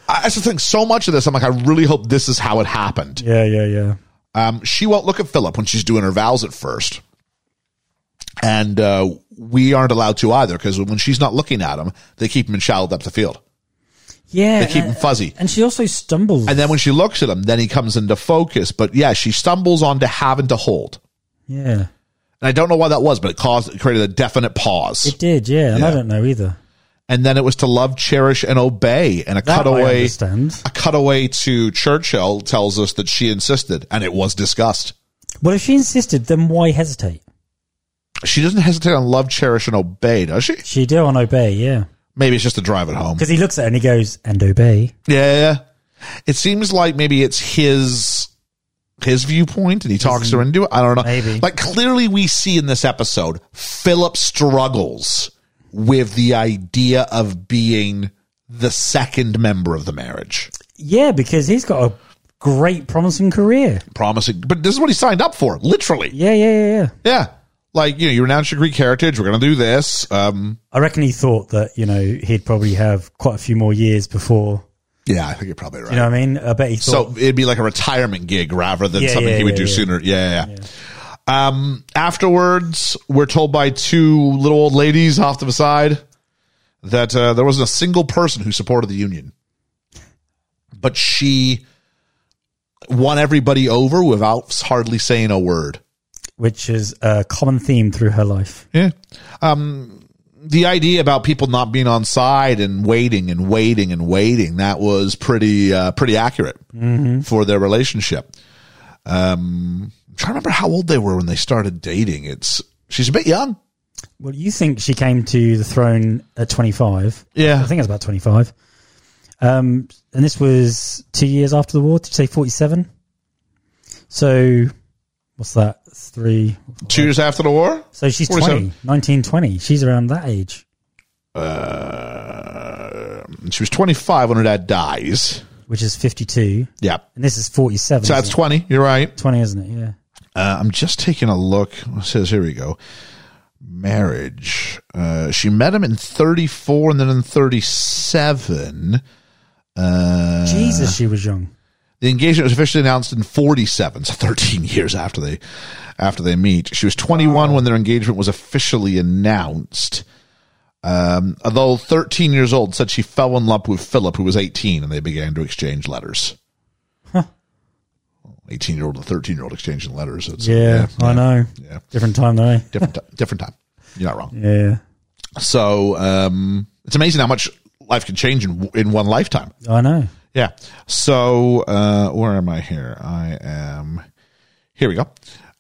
I just think so much of this. I'm like, I really hope this is how it happened. Yeah, yeah, yeah. Um, she won't look at Philip when she's doing her vows at first, and uh, we aren't allowed to either because when she's not looking at him, they keep him in shallow depth of field. Yeah. They keep him and, fuzzy. and she also stumbles. And then when she looks at him, then he comes into focus. But yeah, she stumbles onto having to hold. yeah. And I don't know why that was, but it caused, it created a definite pause. It did, yeah. And I Yeah. don't know either. and then it was to love, cherish, and obey. And a That I cutaway, understand. a cutaway to Churchill tells us that she insisted, and it was discussed. Well, if she insisted, then why hesitate? She doesn't hesitate on love, cherish, and obey, does she? She do on obey, yeah. Maybe it's just to drive it home. Because he looks at her and he goes, and obey. Yeah, it seems like maybe it's his his viewpoint, and he talks her into it. I don't know. Maybe. like clearly we see in this episode, Philip struggles with the idea of being the second member of the marriage. Yeah, because he's got a great, promising career. Promising, but this is what he signed up for, literally. Yeah, yeah, yeah, yeah. Yeah. Like, you know, you renounce your Greek heritage. We're going to do this. Um, I reckon he thought that you know he'd probably have quite a few more years before. yeah, I think you're probably right. You know what I mean? I bet he thought. so it'd be like a retirement gig rather than Yeah, something yeah, he would yeah, do yeah. sooner. Yeah, yeah, yeah. Um, afterwards, we're told by two little old ladies off to the side that uh, there wasn't a single person who supported the union, but she won everybody over without hardly saying a word. which is a common theme through her life. Yeah. Um, the idea about people not being on side and waiting and waiting and waiting that was pretty uh, pretty accurate for their relationship. Um, I'm trying to remember how old they were when they started dating. It's she's a bit young. Well, you think she came to the throne at 25? Yeah. I think it was about 25. Um, and this was two years after the war. Did you say 47? So, what's that? Three. Two years after the war. So she's 20, 47. 1920. She's around that age. Uh, she was 25 when her dad dies. which is 52, Yeah. and this is 47. So that's isn't 20. You're right. it? 20, isn't it? Yeah. Uh, I'm just taking a look. It says, here we go. Marriage. Uh, she met him in 34 and then in 37. Uh, Jesus, she was young. the engagement was officially announced in 47, so 13 years after they after they meet. She was 21 when their engagement was officially announced. Um, although 13 years old, said she fell in love with Philip, who was 18, and they began to exchange letters. 18 year old and 13 year old exchanging letters. It's, Yeah, I know. Yeah. Different time though. eh? Different, ti- different time. You're not wrong. Yeah, So um, it's amazing how much life can change in, in one lifetime. I know. Yeah. So uh, where am I here? I am here. We go.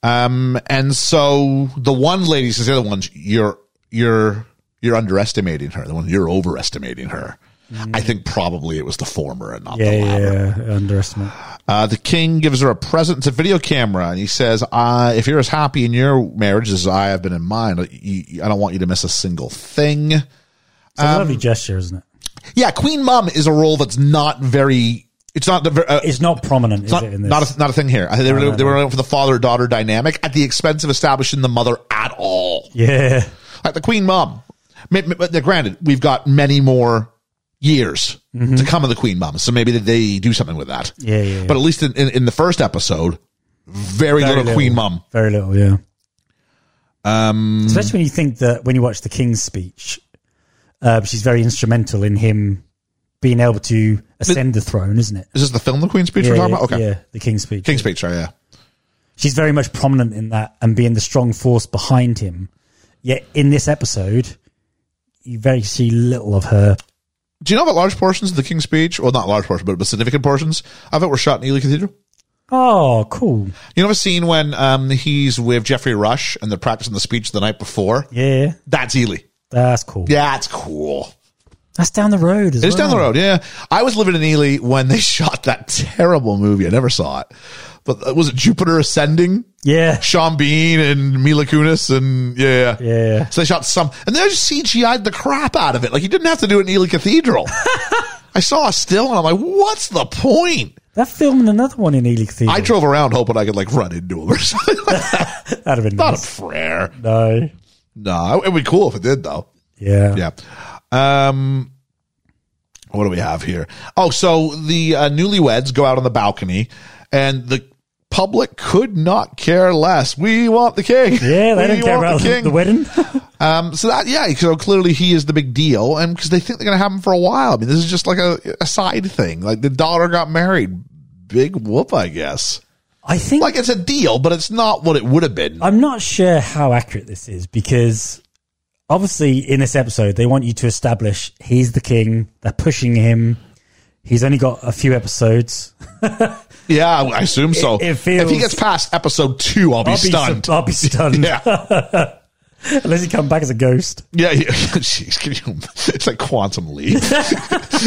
Um, and so the one lady says the other ones you're you're you're underestimating her. The one you're overestimating her. I think probably it was the former and not Yeah, the latter. yeah, yeah. underestimate. Uh, the king gives her a present. It's a video camera, and he says, uh, "If you're as happy in your marriage as I have been in mine, you, I don't want you to miss a single thing." It's a Um, lovely gesture, isn't it? Yeah, Queen Mum is a role that's not very. It's not the ver- uh, It's not prominent, is not, it? In this, not a, not a thing here. I think they were they were going for the father daughter dynamic at the expense of establishing the mother at all. yeah, Like the Queen Mum. Ma- ma- But they're- granted, we've got many more years to come of the Queen Mum, so maybe they do something with that. Mm-hmm. Yeah, yeah, yeah. But at least in, in, in the first episode, very, little, Queen Mum. very little. Yeah. Um, especially when you think that when you watch the King's speech, uh, she's very instrumental in him being able to ascend the throne, isn't it? Is this the film, the Queen's Speech Yeah, we're talking yeah, about? Okay, yeah, the King's speech. King's Speech. Sorry, yeah. she's very much prominent in that and being the strong force behind him. Yet in this episode, you very see little of her. Do you know that large portions of the King's Speech, well, not large portions, but, but significant portions of it were shot in Ely Cathedral? Oh, cool. You know the scene when um, he's with Jeffrey Rush and they're practicing the speech the night before? Yeah, That's Ely. that's cool. Yeah, it's cool. That's down the road as It's well. down the road. Yeah, I was living in Ely when they shot that terrible movie. I never saw it, but uh, was it Jupiter Ascending? Yeah, Sean Bean and Mila Kunis and yeah, Yeah. So they shot some, and they just CGI'd the crap out of it. Like you didn't have to do it in Ely Cathedral. I saw a still, and I'm like, what's the point? they're filming another one in Ely Cathedral. I drove around hoping I could like run into him or something. That'd have been Not nice. a prayer. No. No, it'd be cool if it did though. Yeah. Yeah. Um, what do we have here? Oh, so the uh, newlyweds go out on the balcony, and the public could not care less. We want the king. Yeah, they We don't care want about the the, king. wedding. Um, so that yeah, so clearly he is the big deal, and because they think they're going to have him for a while. I mean, this is just like a, a side thing. Like the daughter got married, big whoop, I guess. I think Like it's a deal, but it's not what it would have been. I'm not sure how accurate this is because obviously in this episode they want you to establish he's the king. They're pushing him. He's only got a few episodes. Yeah, I assume so. it feels- if he gets past episode two, I'll be I'll be stunned. I'll be stunned yeah. unless he come back as a ghost. Yeah, yeah. Jeez, can you, it's like quantum leap.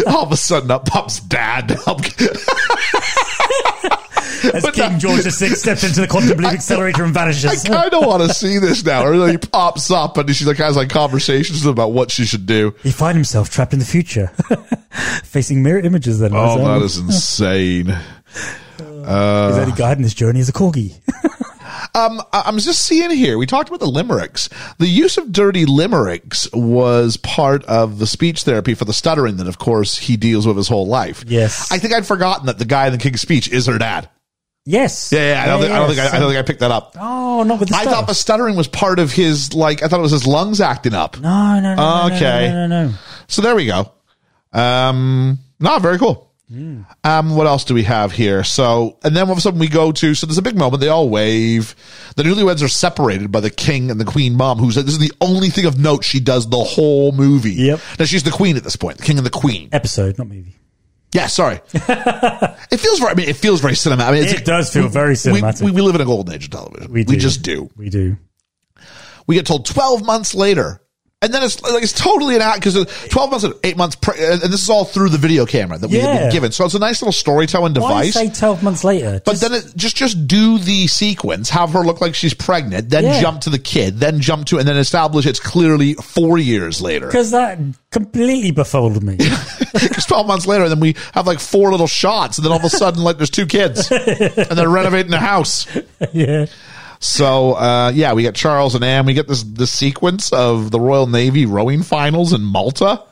All of a sudden, up pops dad. Up, As King George VI steps into the quantum leap accelerator and I vanishes. kind of want to see this now. Or he pops up and she's like has like conversations about what she should do. He find himself trapped in the future, facing mirror images. Then Oh, his, own- that is insane. his only guide in this journey is a corgi. Um, I- I'm just seeing here. We talked about the limericks. The use of dirty limericks was part of the speech therapy for the stuttering that, of course, he deals with his whole life. Yes. I think I'd forgotten that the guy in the King's Speech is her dad. yes. Yeah, yeah. I don't, think, I, don't think I, I yes. don't think I picked that up. Oh, not with the I stuff. thought the stuttering was part of his like I thought it was his lungs acting up. no, no, no, no, no, Ah, Okay. no, no, no. So there we go. Um, no, very cool. Um, what else do we have here? So, and then all of a sudden we go to, so there's a big moment. They all wave. The newlyweds are separated by the king and the queen mom, who's this is the only thing of note she does the whole movie. Yep. Now she's the queen at this point, the king and the queen. Episode, not movie. Yeah, sorry. it feels very, I mean, it feels very cinematic. I mean, it's- It does feel very we, cinematic. we, we live in a golden age of television. We We, do. just do. We do. We get told 12 months later. And then it's like it's totally an act because 12 months, eight months, pre- uh, and this is all through the video camera that we have Yeah. been given. So it's a nice little storytelling Why device. say 12 months later? But then it, just just do the sequence, have her look like she's pregnant, then Yeah. jump to the kid, then jump to, and then establish it's clearly four years later. Because that completely befuddled me. Because twelve months later, and then we have like four little shots, and then all of a sudden, like there's two kids, and they're renovating a house. yeah. So uh, yeah, we get Charles and Anne. We get this this sequence of the Royal Navy rowing finals in Malta.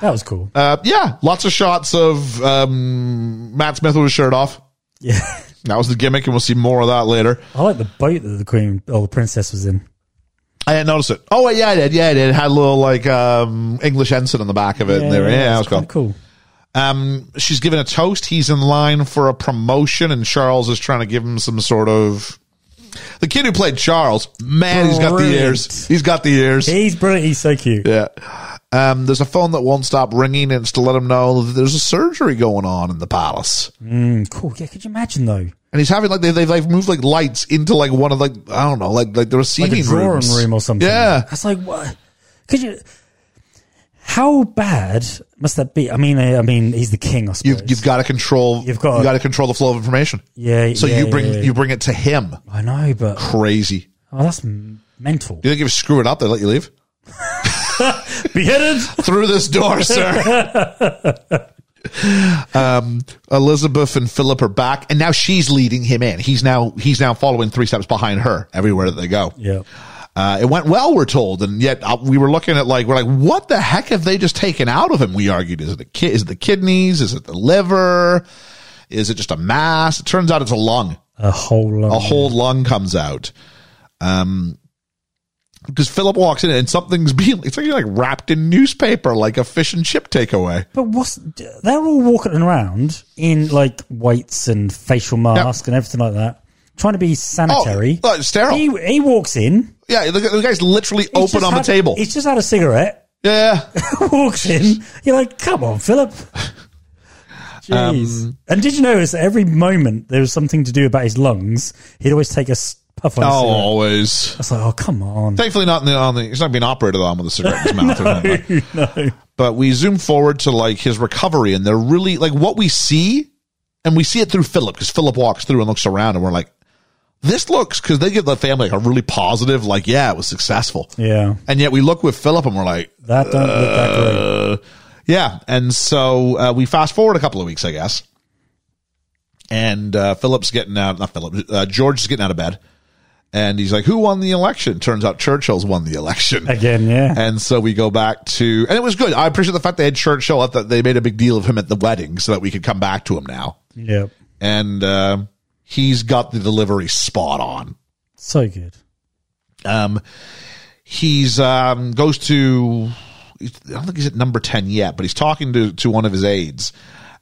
That was cool. Uh, yeah, lots of shots of um, Matt Smith with his shirt off. Yeah. That was the gimmick, and we'll see more of that later. I like the boat that the queen or the princess was in. I didn't notice it. Oh, wait, yeah, I did. Yeah, I did. It had a little like um, English ensign on the back of it. and they were, yeah, that was it's kinda cool. cool. Um, she's given a toast. He's in line for a promotion, and Charles is trying to give him some sort of. The kid who played Charles, man, he's got the Brilliant. ears. He's got the ears. He's brilliant. He's so cute. Yeah. Um, there's a phone that won't stop ringing, and it's to let him know that there's a surgery going on in the palace. Mm, cool. Yeah. Could you imagine though? And he's having like they they've like moved like lights into like one of like I don't know like like the Like receiving a drawing rooms. room or something. Yeah. That's like what? Could you? How bad must that be? I mean, I, I mean, he's the king. I suppose. You've, you've got to control. You've got- you got to control the flow of information. yeah. So yeah, you bring yeah, yeah. you bring it to him. I know, but Crazy. oh, that's m- mental. You think if you screw it up, they let you leave Beheaded. through this door, sir. um, Elizabeth and Philip are back, and now she's leading him in. He's now he's now following three steps behind her everywhere that they go. yeah. Uh, it went well, we're told, and yet uh, we were looking at like we're like, what the heck have they just taken out of him? We argued, is it the ki- is it the kidneys? Is it the liver? Is it just a mass? It turns out it's a lung. A whole lot. a whole lung comes out. Um, because Philip walks in and something's being, it's like you're like wrapped in newspaper, like a fish and chip takeaway. But what's they're all walking around in like whites and facial masks and everything like that, trying to be sanitary. Oh, uh, sterile. he he walks in, yeah, the, the guy's literally he's open just on had- the table. He's just had a cigarette, yeah. walks in. You're like, come on, Philip. Jeez. Um, and did you notice that every moment there was something to do about his lungs? He'd always take a s- puff on. Oh, his cigarette. always. I was like, oh come on. Thankfully, not in the, on the, he's not being operated on with a cigarette in his mouth. or anything like that. no. But we zoom forward to like his recovery, and they're really like what we see, and we see it through Philip because Philip walks through and looks around, and we're like, this looks because they give the family like a really positive, like, yeah, it was successful. Yeah, And yet we look with Philip and we're like, that don't look that great. uh, yeah. And so uh, we fast forward a couple of weeks, I guess. And uh, Philip's getting out, not Philip, uh, George is getting out of bed. And he's like, who won the election? Turns out Churchill's won the election. Again, yeah. And so we go back to, and it was good. I appreciate the fact they had Churchill up, that they made a big deal of him at the wedding so that we could come back to him now. Yeah. And uh, he's got the delivery spot on. So good. Um, he's um, goes to. I don't think he's at number ten yet, but he's talking to to one of his aides,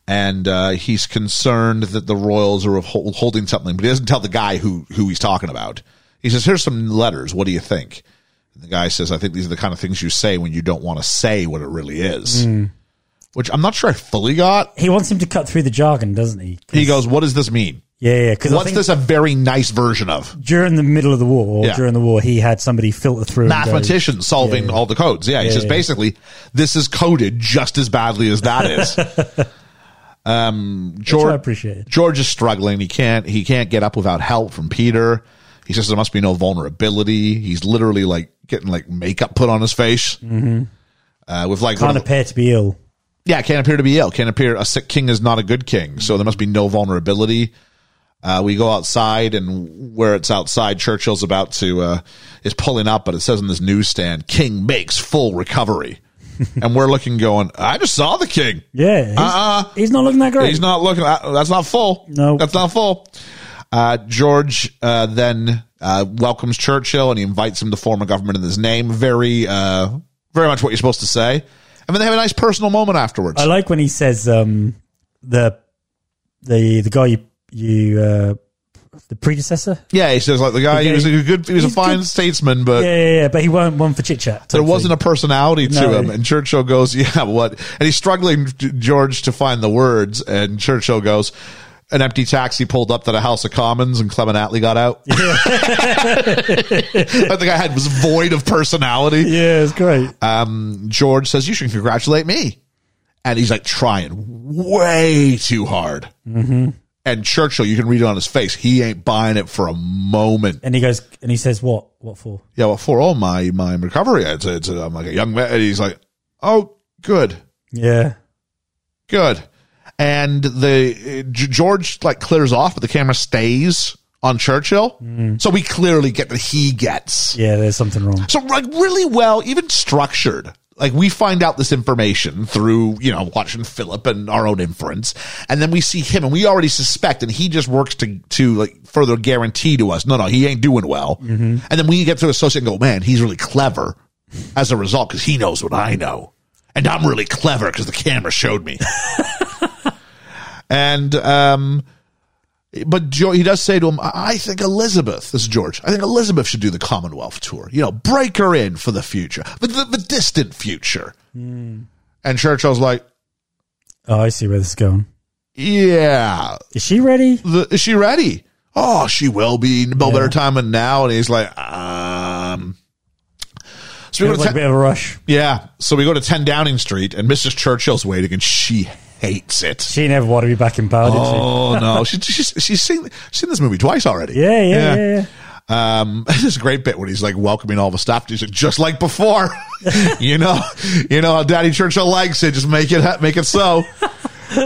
and uh, he's concerned that the royals are hold, holding something, but he doesn't tell the guy who who he's talking about. He says, "Here's some letters. What do you think?" And the guy says, "I think these are the kind of things you say when you don't want to say what it really is." Which I'm not sure I fully got. He wants him to cut through the jargon, doesn't he? He goes, "What does this mean? Yeah, yeah. Because What's this a very nice version of?" during the middle of the war, or Yeah. during the war, he had somebody filter through. and go- mathematician solving all the codes. Yeah, he says yeah. basically this is coded just as badly as that is. um, which I George appreciate it. George is struggling. He can't he can't get up without help from Peter. He says there must be no vulnerability. He's literally like getting like makeup put on his face. Mm-hmm. Uh, with like one Can't of- appear to be ill. yeah, can't appear to be ill. Can't appear a sick king is not a good king. So there must be no vulnerability. Uh, we go outside, and where it's outside, Churchill's about to uh, is pulling up, but it says on this newsstand, "King makes full recovery," and we're looking, going, "I just saw the king. Yeah, he's, Uh-uh. he's not looking that great. He's not looking. uh, That's not full. No. that's not full." Uh, George uh, then uh, welcomes Churchill, and he invites him to form a government in his name. Very, uh, very much what you're supposed to say. and then they have a nice personal moment afterwards. I like when he says um, the the the guy you you uh, the predecessor. yeah, he says like the guy. He was a good. He was a He's fine good. statesman, but. Yeah, yeah, yeah, but he won't one for chit chat. There wasn't a personality to No. him, and Churchill goes, "Yeah, what?" And he's struggling, G- George, to find the words. And Churchill goes, "An empty taxi pulled up to the House of Commons, and Clement Attlee got out." I think I had was void of personality. Yeah, it's great. Uh, George says, You should congratulate me. And he's like trying way too hard. Mm-hmm. And Churchill, you can read it on his face. He ain't buying it for a moment. and he goes and he says, "What? What for?" Yeah, well, for all my my recovery, it's, it's, I'm like a young man. And he's like, Oh, good, Yeah, good. And the uh, G- George like clears off, but the camera stays on Churchill. So we clearly get that he gets. yeah. There's something wrong. So like really well, even structured. Like we find out this information through, you know, watching Philip and our own inference. And then we see him and we already suspect and he just works to, to like further guarantee to us, no, no, he ain't doing well. And then we get to associate and go, man, he's really clever as a result because he knows what I know. And I'm really clever because the camera showed me. and, um, but jo- he does say to him, I I think Elizabeth, this is George, I think Elizabeth should do the Commonwealth tour. You know, break her in for the future, but the, the distant future. Hmm. And Churchill's like, Oh, I see where this is going. yeah, Is she ready? the, is she ready? Oh, she will be. No better time than now. And he's like, um. So we go to It's like a ten- bit of a rush. yeah. So we go to 10 Downing Street, and Mrs. Churchill's waiting, and she hates it. She never wanted to be back in power, Oh, no. She, she's she's seen, seen this movie twice already. did she? Yeah, yeah, yeah. yeah. Um, this is a great bit when he's like welcoming all the staff. He's like, just like before, you know, you know how Daddy Churchill likes it. Just make it, ha- make it so.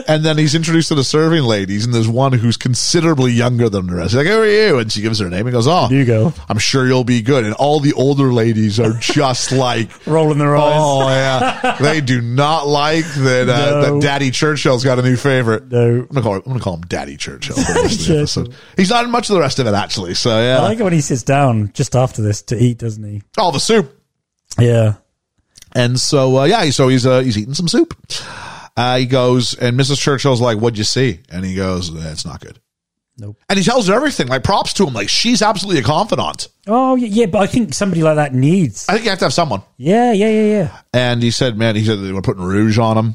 and then he's introduced to the serving ladies, and there's one who's considerably younger than the rest. He's like, who are you? And she gives her name and goes, oh, You go. I'm sure you'll be good. And all the older ladies are just like, Rolling their eyes. oh yeah, they do not like that. Uh, No. That Daddy Churchill's got a new favorite. No. I'm gonna call, I'm gonna call him Daddy Churchill. For the rest of the Churchill. episode. He's not in much of the rest of it actually. So yeah, I like it when he sits down just after this to eat, doesn't he? all Oh, the soup. Yeah. And so, uh, yeah, so he's uh, he's eating some soup. Uh, he goes, and Mrs. Churchill's like, "What'd you see?" And he goes, "That's not good." Nope. And he tells her everything. Like props to him. Like she's absolutely a confidant. Oh, y- yeah, but I think somebody like that needs. I think you have to have someone. Yeah, yeah, yeah, yeah. And he said, "Man," he said they were putting rouge on him.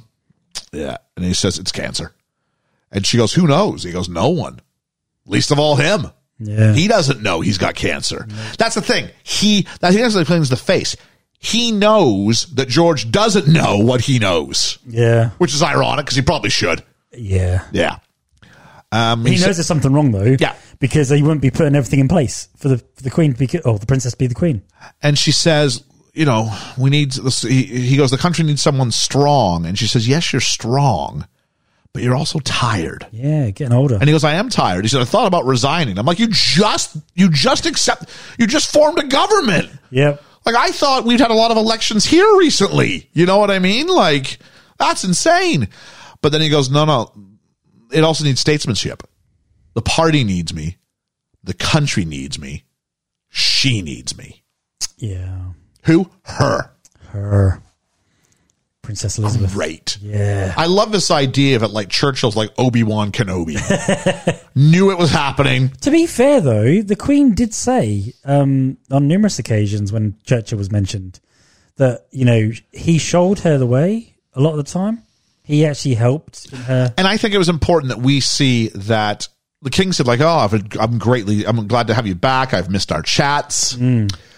Yeah, and he says it's cancer. And she goes, "Who knows?" He goes, "No one, least of all him." Yeah. He doesn't know he's got cancer. That's the thing. He I think that's the thing is the face. He knows that George doesn't know what he knows. yeah. which is ironic because he probably should. Yeah. Yeah. Um, He he knows said- there's something wrong, though. Yeah. Because they wouldn't be putting everything in place for the, for the queen to be, oh, the princess to be the queen. and she says, you know, we need, this, he, he goes, the country needs someone strong. And she says, yes, you're strong, but you're also tired. Yeah, getting older. And he goes, I am tired. He said, I thought about resigning. I'm like, you just, you just accept, you just formed a government. yep. Like, I thought we'd had a lot of elections here recently. You know what I mean? Like, that's insane. But then he goes, no, no, it also needs statesmanship. The party needs me. The country needs me. She needs me. Yeah. Who? Her. Her. Princess Elizabeth. Right. Yeah. I love this idea of it like Churchill's like Obi Wan Kenobi. Knew it was happening. To be fair, though, the Queen did say um, on numerous occasions when Churchill was mentioned that you know he showed her the way a lot of the time. He actually helped her. And I think it was important that we see that the king said, like, oh, I've, I'm greatly, I'm glad to have you back. I've missed our chats.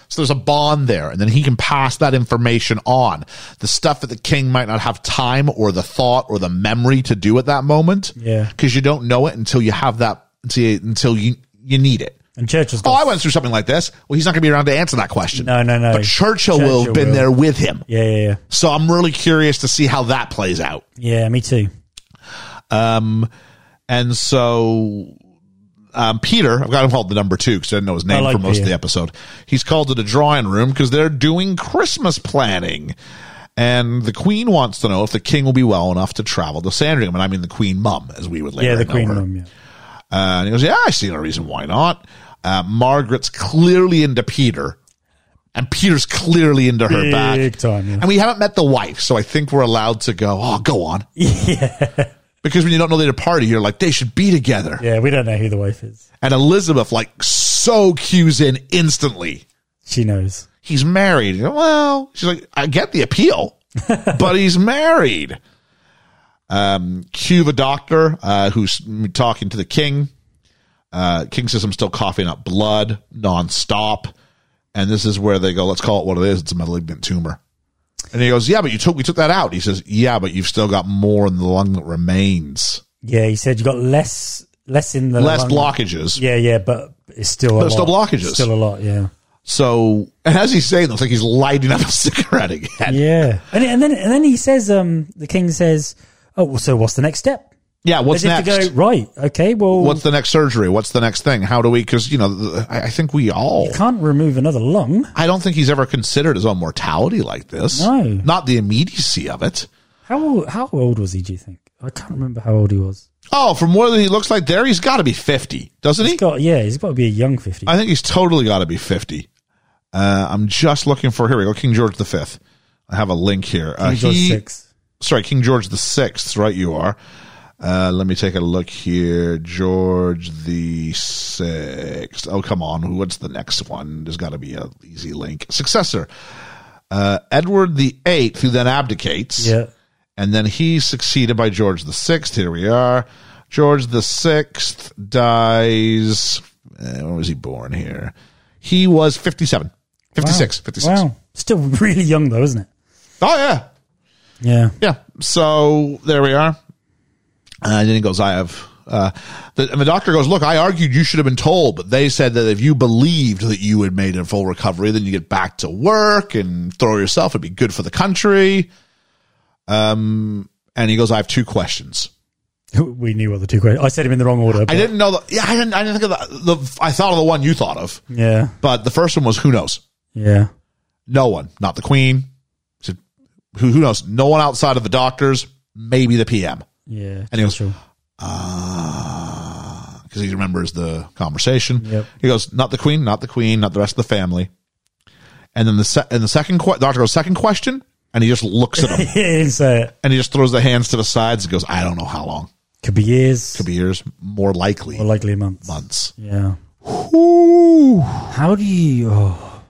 So there's a bond there. And then he can pass that information on. The stuff that the king might not have time or the thought or the memory to do at that moment. Yeah. Because you don't know it until you have that, until you, until you, you need it. And Churchill's Oh, got, I went through something like this. Well, he's not going to be around to answer that question. No, no, no. But Churchill, will have Churchill been will. there with him. yeah, yeah, yeah, So I'm really curious to see how that plays out. yeah. Me too. And so um, Peter, I've got him called the number two because I didn't know his name like for most of Peter. the episode. He's called to the drawing room because they're doing Christmas planning. And the queen wants to know if the king will be well enough to travel to Sandringham. And I mean the queen mum, as we would later Yeah, the know Queen her. room. Yeah. Uh, and he goes, Yeah, I see no reason why not. Uh, Margaret's clearly into Peter. and Peter's clearly into her Big back. time, yeah. And we haven't met the wife, so I think we're allowed to go, oh, go on. Yeah. Because when you don't know they're a party, you're like, they should be together. Yeah, we don't know who the wife is. And Elizabeth, like, so cues in instantly. She knows. He's married. Well, she's like, I get the appeal, but he's married. Um, cue the doctor, uh, who's talking to the king. Uh, king says, I'm still coughing up blood nonstop. And this is where they go, let's call it what it is. It's a malignant tumor. And he goes, yeah, but you took, we took that out. He says, yeah, but you've still got more in the lung that remains. Yeah, he said you got less less in the Less lung. blockages. Yeah, yeah, but it's still a But lot. still blockages. Still a lot, yeah. So, and as he's saying, it looks like he's lighting up a cigarette again. Yeah. And and then and then he says um the king says, "Oh, well, so what's the next step?" Yeah, what's As if next? to go, "Right, okay, well, what's the next surgery? What's the next thing? How do we? Because you know, th- I I think we all. can't remove another lung. I don't think he's ever considered his own mortality like this. No. not the immediacy of it. How old, how old was he, do you think? I can't remember how old he was. Oh, from what he looks like there, he's got to be fifty, doesn't he? He's got yeah, he's got to be a young 50. I think he's totally got to be fifty. Uh, I'm just looking for here we go, King George V. I have a link here. Uh, King George he- six. sorry, King George the Sixth, right? You are. Uh, let me take a look here. George the Sixth. Oh, come on. What's the next one? There's got to be a easy link. Successor. Uh, Edward the Eighth, who then abdicates. Yeah. And then he's succeeded by George the Sixth. Here we are. George the Sixth dies. Uh, when was he born here? He was 57. 56. 56. Wow. Still really young though, isn't it? Oh, yeah. Yeah. Yeah. So there we are. And then he goes, I have. Uh, the, and the doctor goes, Look, I argued you should have been told, but they said that if you believed that you had made a full recovery, then you get back to work and throw yourself. It'd be good for the country. Um, and he goes, I have two questions. We knew what the two questions. I said him in the wrong order. I but- didn't know the Yeah, I didn't, I didn't think of the, the. I thought of the one you thought of, Yeah. but the first one was who knows? Yeah. No one, not the queen. He said, who, who knows? No one outside of the doctors, maybe the PM. Yeah. And he goes, Sure. because Ah, he remembers the conversation. Yep. He goes, "Not the queen, not the queen, not the rest of the family." And then the se- and the second que- the doctor goes, second question," and he just looks at him He didn't say it. and he just throws the hands to the sides and goes, "I don't know how long. Could be years. Could be years, more likely Or likely months. months." Yeah. Ooh. How do you? Oh,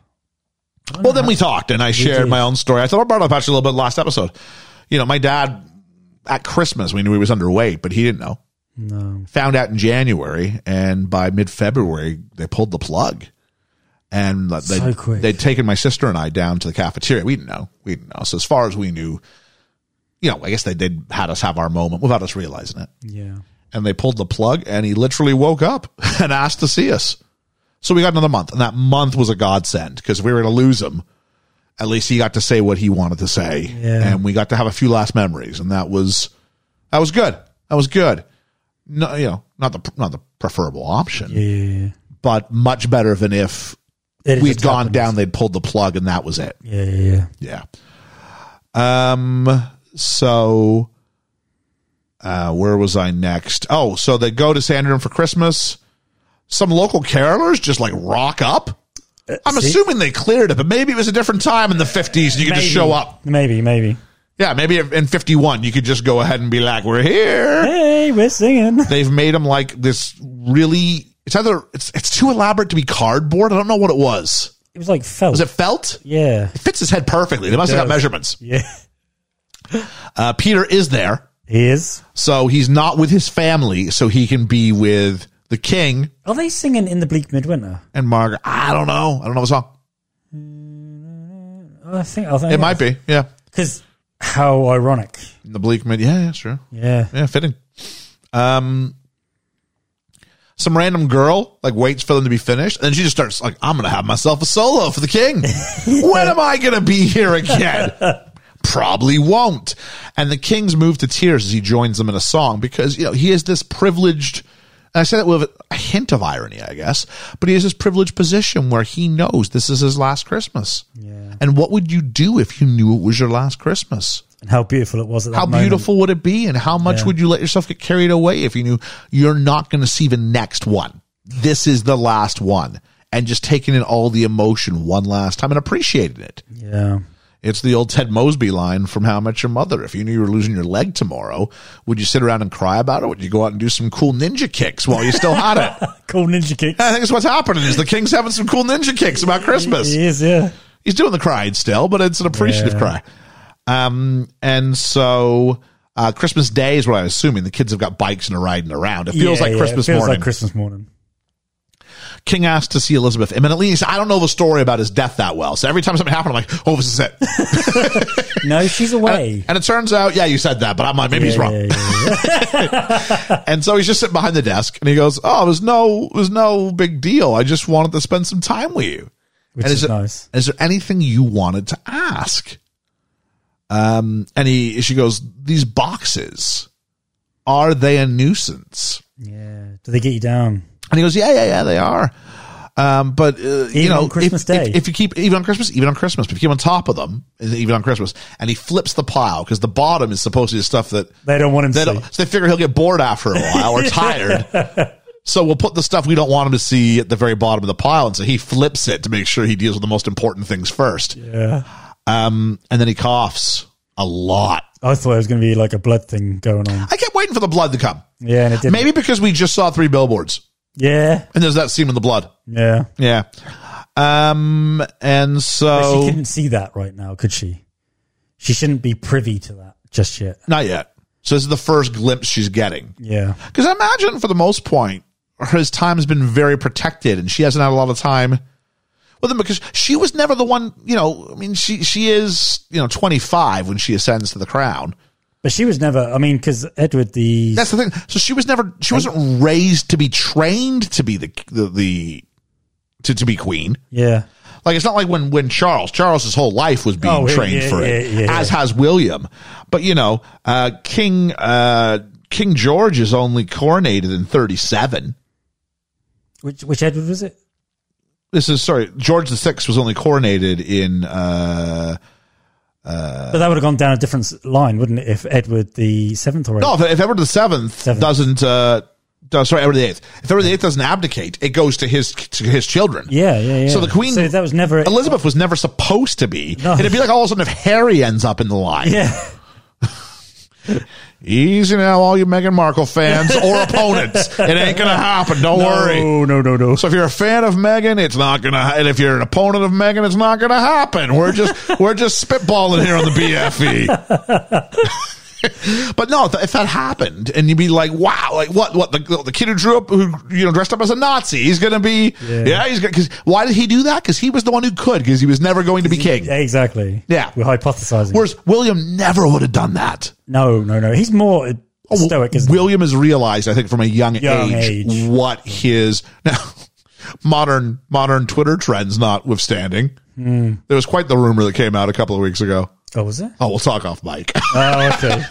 Well, then we talked and I shared did. my own story. I thought I brought up actually a little bit last episode. You know, my dad at Christmas we knew he was underweight, but he didn't know. no. found out in January, and by mid February they pulled the plug. And they So quick. they'd taken my sister and I down to the cafeteria. We didn't know. We didn't know. So as far as we knew, you know, I guess they did had us have our moment without us realizing it. Yeah. And they pulled the plug, and he literally woke up and asked to see us. So we got another month, and that month was a godsend because we were going to lose him. At least he got to say what he wanted to say, Yeah. and we got to have a few last memories, and that was that was good. That was good. No, you know, not the not the preferable option, Yeah. but much better than if It we'd just gone happens. down, they'd pulled the plug, and that was it. Yeah, yeah, yeah. Yeah. Um. So, uh, where was I next? Oh, so they go to Sandringham for Christmas. Some local carolers just like rock up. I'm see? assuming they cleared it, but maybe it was a different time in the 50s. And you could just show up. Maybe, maybe. Yeah, maybe in 51 you could just go ahead and be like, "We're here." Hey, we're singing. They've made them like this really. It's either it's it's too elaborate to be cardboard. I don't know what it was. It was like felt. Was it felt? yeah. It fits his head perfectly. They must have got does. measurements. Yeah. Uh, Peter is there. He is. So he's not with his family, so he can be with the king Are they singing in the bleak midwinter? and Margaret. I don't know. I don't know the song. I think. I think It might be. Yeah. because how ironic. In the bleak mid. Yeah, yeah, sure. Yeah. Yeah, fitting. Um, some random girl like waits for them to be finished, and then she just starts like, "I'm gonna have myself a solo for the king. when am I gonna be here again? Probably won't." And the king's moved to tears as he joins them in a song because you know he is this privileged. And I say that with a hint of irony, I guess, but he has this privileged position where he knows this is his last Christmas. Yeah. And what would you do if you knew it was your last Christmas? And how beautiful it was at that how moment. beautiful would it be and how much Yeah. would you let yourself get carried away if you knew you're not going to see the next one this is the last one and just taking in all the emotion one last time and appreciating it. Yeah. It's the old Ted Mosby line from How I Met Your Mother. If you knew you were losing your leg tomorrow, would you sit around and cry about it? Would you go out and do some cool ninja kicks while you still had it? Cool ninja kick. I think it's what's happening is the king's having some cool ninja kicks about Christmas. He is, yeah. he's doing the crying still, but it's an appreciative Yeah. cry. Um, and so uh, Christmas Day is what I'm assuming. The kids have got bikes and are riding around. It feels Yeah, like yeah, Christmas it feels morning. like Christmas morning. King asked to see Elizabeth imminently. He said, I don't know the story about his death that well. So every time something happened, I'm like, oh, this is it. No, she's away. and it turns out, yeah, you said that, but I'm like, maybe he's Yeah, wrong. yeah, yeah, yeah. And so he's just sitting behind the desk and he goes, oh, it was no, it was no big deal. I just wanted to spend some time with you. Which And is is, there- nice. is there anything you wanted to ask? Um, and he, she goes, these boxes, are they a nuisance? Yeah. Do they get you down? And he goes, yeah, yeah, yeah, they are. Um, but uh, you Even know, on Christmas if, if- Day. if, you keep even on Christmas, even on Christmas, but if you keep on top of them, even on Christmas, and he flips the pile because the bottom is supposed to be the stuff that They don't want him they to. don't, see. so they figure he'll get bored after a while or tired. So we'll put the stuff we don't want him to see at the very bottom of the pile, and so he flips it to make sure he deals with the most important things first. Yeah. Um, and then he coughs a lot. I thought it was going to be like a blood thing going on. I kept waiting for the blood to come. Yeah, and it didn't. Maybe because we just saw three billboards, Yeah. and there's that scene with the blood. Yeah. Yeah. Um, and She so couldn't see that right now, could she? She shouldn't be privy to that just yet. not yet. So this is the first glimpse she's getting. Yeah. Because I imagine for the most point, his time has been very protected, and she hasn't had a lot of time with him because she was never the one. You know, I mean, she she is you know twenty five when she ascends to the crown. But she was never, I mean, because Edward the. That's the thing. So she was never she wasn't raised to be trained to be the the, the to, to be queen. yeah. Like it's not like when when Charles Charles's whole life was being Oh, yeah, trained yeah, for it, yeah, yeah. as has William. But you know, uh, King uh, King George is only coronated in thirty seven. Which, which Edward was it? This is sorry, George the Sixth was only coronated in uh, but that would have gone down a different s- line, wouldn't it? If Edward the Seventh or no. oh, If, if Edward the Seventh Seventh. doesn't. Uh, does- Sorry, Edward the Eighth. If Edward the Eighth doesn't abdicate, it goes to his to his children. Yeah, yeah, yeah. So the Queen- So that was never. Elizabeth was never supposed to be. No. It'd be like all of a sudden if Harry ends up in the line. Yeah. Easy now, all you Meghan Markle fans or opponents. It ain't gonna happen. Don't worry. No, no, no, no. So if you're a fan of Meghan, it's not gonna. ha- And if you're an opponent of Meghan, it's not gonna happen. We're just we're just spitballing here on the BFE. but no, if, if that happened, and you'd be like, "Wow, like what? What the, the kid who drew up, who you know, dressed up as a Nazi, he's gonna be, yeah, he's gonna because why did he do that? Because he was the one who could, because he was never going to be king. Yeah, exactly. Yeah. We're hypothesizing. Whereas William never would have done that. no, no, no. He's Oh, more uh, stoic, isn't he? William has realized, I think, from a young, Young age, age. what his now modern modern Twitter trends notwithstanding. There was quite the rumor that came out a couple of weeks ago. Oh, was it? Oh, we'll talk off mic. Oh, okay.